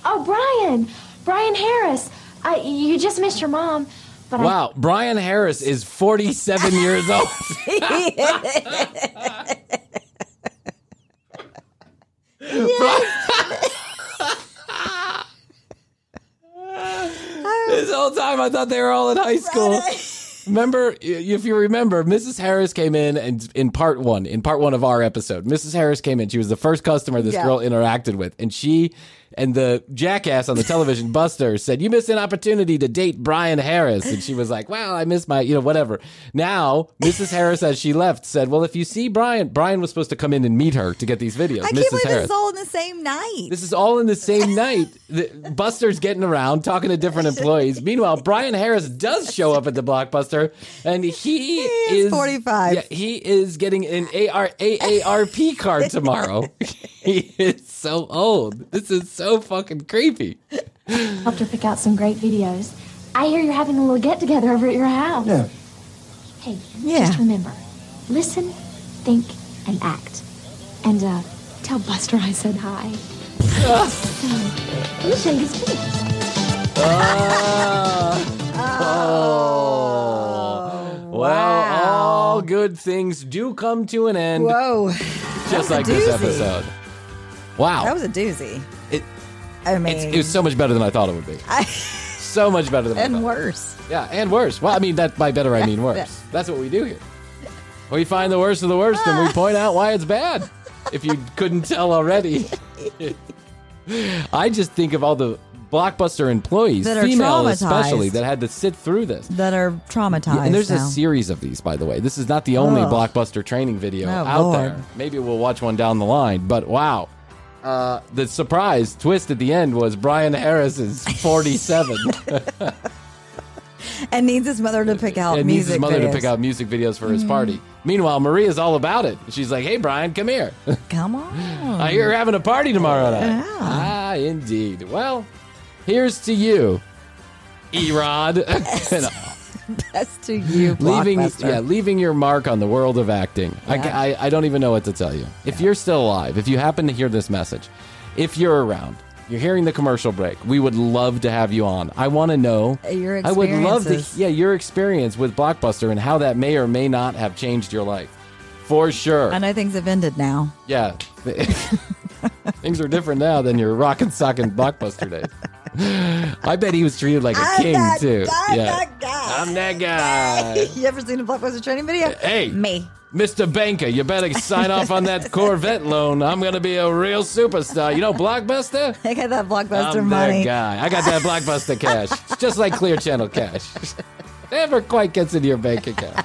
Speaker 10: Oh, Brian! Brian Harris! Uh, you just missed your mom, but I-
Speaker 3: Wow, Brian Harris is 47 years old. this whole time I thought they were all in high school. Remember, i- if you remember, Mrs. Harris came in and in part one, in part one of our episode, Mrs. Harris came in. She was the first customer this
Speaker 12: Yeah.
Speaker 3: girl interacted with, and she and the jackass on the television, Buster, said, "You missed an opportunity to date Brian Harris," and she was like, "Well, I missed my, you know, whatever." Now, Mrs. Harris, as she left, said, "Well, if you see Brian, Brian was supposed to come in and meet her to get these videos."
Speaker 5: I can't
Speaker 3: Mrs.
Speaker 5: believe
Speaker 3: Harris.
Speaker 5: this is all in the same night.
Speaker 3: This is all in the same night. The, Buster's getting around talking to different employees. Meanwhile, Brian Harris does show up at the Blockbuster, and he, is, 45. Yeah, he is getting an AR, AARP card tomorrow. he is so old. This is so fucking creepy.
Speaker 10: helped her pick out some great videos. I hear you're having a little get together over at your house.
Speaker 3: Yeah.
Speaker 10: Hey,
Speaker 5: Yeah.
Speaker 10: just remember listen, think, and act. And uh, tell Buster I said hi. He'll shake his face.
Speaker 3: Ah. Oh. Well, all good things do come to an end.
Speaker 5: Whoa.
Speaker 3: Just
Speaker 5: That was a
Speaker 3: like this
Speaker 5: doozy.
Speaker 3: episode. Wow.
Speaker 5: That was a doozy.
Speaker 3: It-
Speaker 5: I mean,
Speaker 3: It's, it was so much better than I thought it would be. so much better than I
Speaker 5: and
Speaker 3: thought.
Speaker 5: worse.
Speaker 3: Yeah, and worse. Well, I mean, that by better I mean worse. That's what we do here. We find the worst of the worst and we point out why it's bad. If you couldn't tell already, I just think of all the blockbuster employees,
Speaker 5: That are
Speaker 3: female especially,
Speaker 5: traumatized.
Speaker 3: that had to sit through this.
Speaker 5: That are traumatized.
Speaker 3: Yeah, and there's
Speaker 5: now.
Speaker 3: a series of these, by the way. This is not the only
Speaker 5: Ugh.
Speaker 3: blockbuster training video
Speaker 5: Oh,
Speaker 3: out
Speaker 5: Lord.
Speaker 3: there. Maybe we'll watch one down the line. But wow, uh, the surprise twist at the end was Brian Harris is 47
Speaker 5: and needs his mother to pick out
Speaker 3: and needs
Speaker 5: music
Speaker 3: his mother
Speaker 5: videos.
Speaker 3: to pick out music videos for his
Speaker 5: Mhm.
Speaker 3: party. Meanwhile, Maria's all about it. She's like, "Hey, Brian, come here.
Speaker 5: Come on.
Speaker 3: I hear you're having a party tomorrow night." Ah, indeed. Well, here's to you, Erod. And-
Speaker 5: Best to you,
Speaker 3: leaving
Speaker 5: Blockbuster.
Speaker 3: yeah leaving your mark on the world of acting I,
Speaker 5: Yeah.
Speaker 3: ca- I, I don't even know what to tell you if you're still alive if you happen to hear this message if you're around you're hearing the commercial break we would love to have you on i want to know
Speaker 5: Uh, Your
Speaker 3: i would love to
Speaker 5: experiences.
Speaker 3: yeah your experience with blockbuster and how that may or may not have changed your life for sure
Speaker 5: I know things have ended now.
Speaker 3: yeah. Things are different now than your rock and sock and blockbuster days. I bet he was treated like a king too. yeah. I'm that guy.
Speaker 5: you ever seen a Blockbuster training video?
Speaker 3: Hey.
Speaker 5: Me.
Speaker 3: Mr. Banker, you better sign off on that Corvette loan. I'm going to be a real superstar. You know Blockbuster?
Speaker 5: I got that Blockbuster
Speaker 3: I'm
Speaker 5: money.
Speaker 3: that guy. I got that Blockbuster cash. It's just like Clear Channel cash. Never quite gets into your bank account.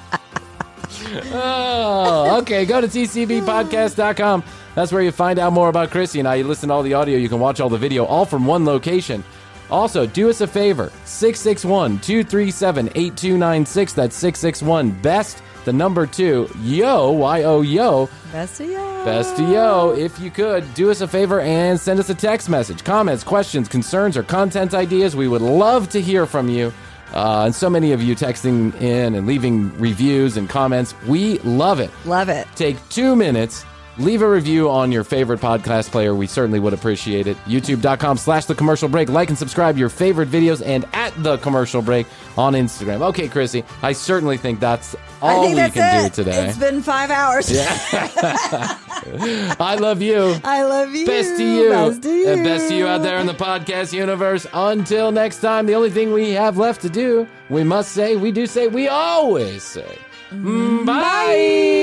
Speaker 3: Oh, okay. Go to tcbpodcast.com. That's where you find out more about Chrissy and I. You listen to all the audio. You can watch all the video, all from one location. Also, do us a favor 661 237 8296. That's 661 BEST, the number two, YO, Y O YO.
Speaker 5: Best of you.
Speaker 3: Best of yo, if you could, do us a favor and send us a text message, comments, questions, concerns, or content ideas. We would love to hear from you. Uh, and so many of you texting in and leaving reviews and comments. We love it.
Speaker 5: Love it.
Speaker 3: Take two minutes, leave a review on your favorite podcast player. We certainly would appreciate it. YouTube.com slash the commercial break. Like and subscribe your favorite videos and at the commercial break on Instagram. Okay, Chrissy, I certainly think that's all
Speaker 5: I think
Speaker 3: we
Speaker 5: that's
Speaker 3: can
Speaker 5: it.
Speaker 3: do today.
Speaker 5: It's been five hours.
Speaker 3: Yeah. I love you.
Speaker 5: I love you.
Speaker 3: Best to you.
Speaker 5: Best to you.
Speaker 3: And best to you out there in the podcast universe. Until next time, the only thing we have
Speaker 5: Mm-hmm.
Speaker 3: left to do, we must say, we do say, we always say, bye.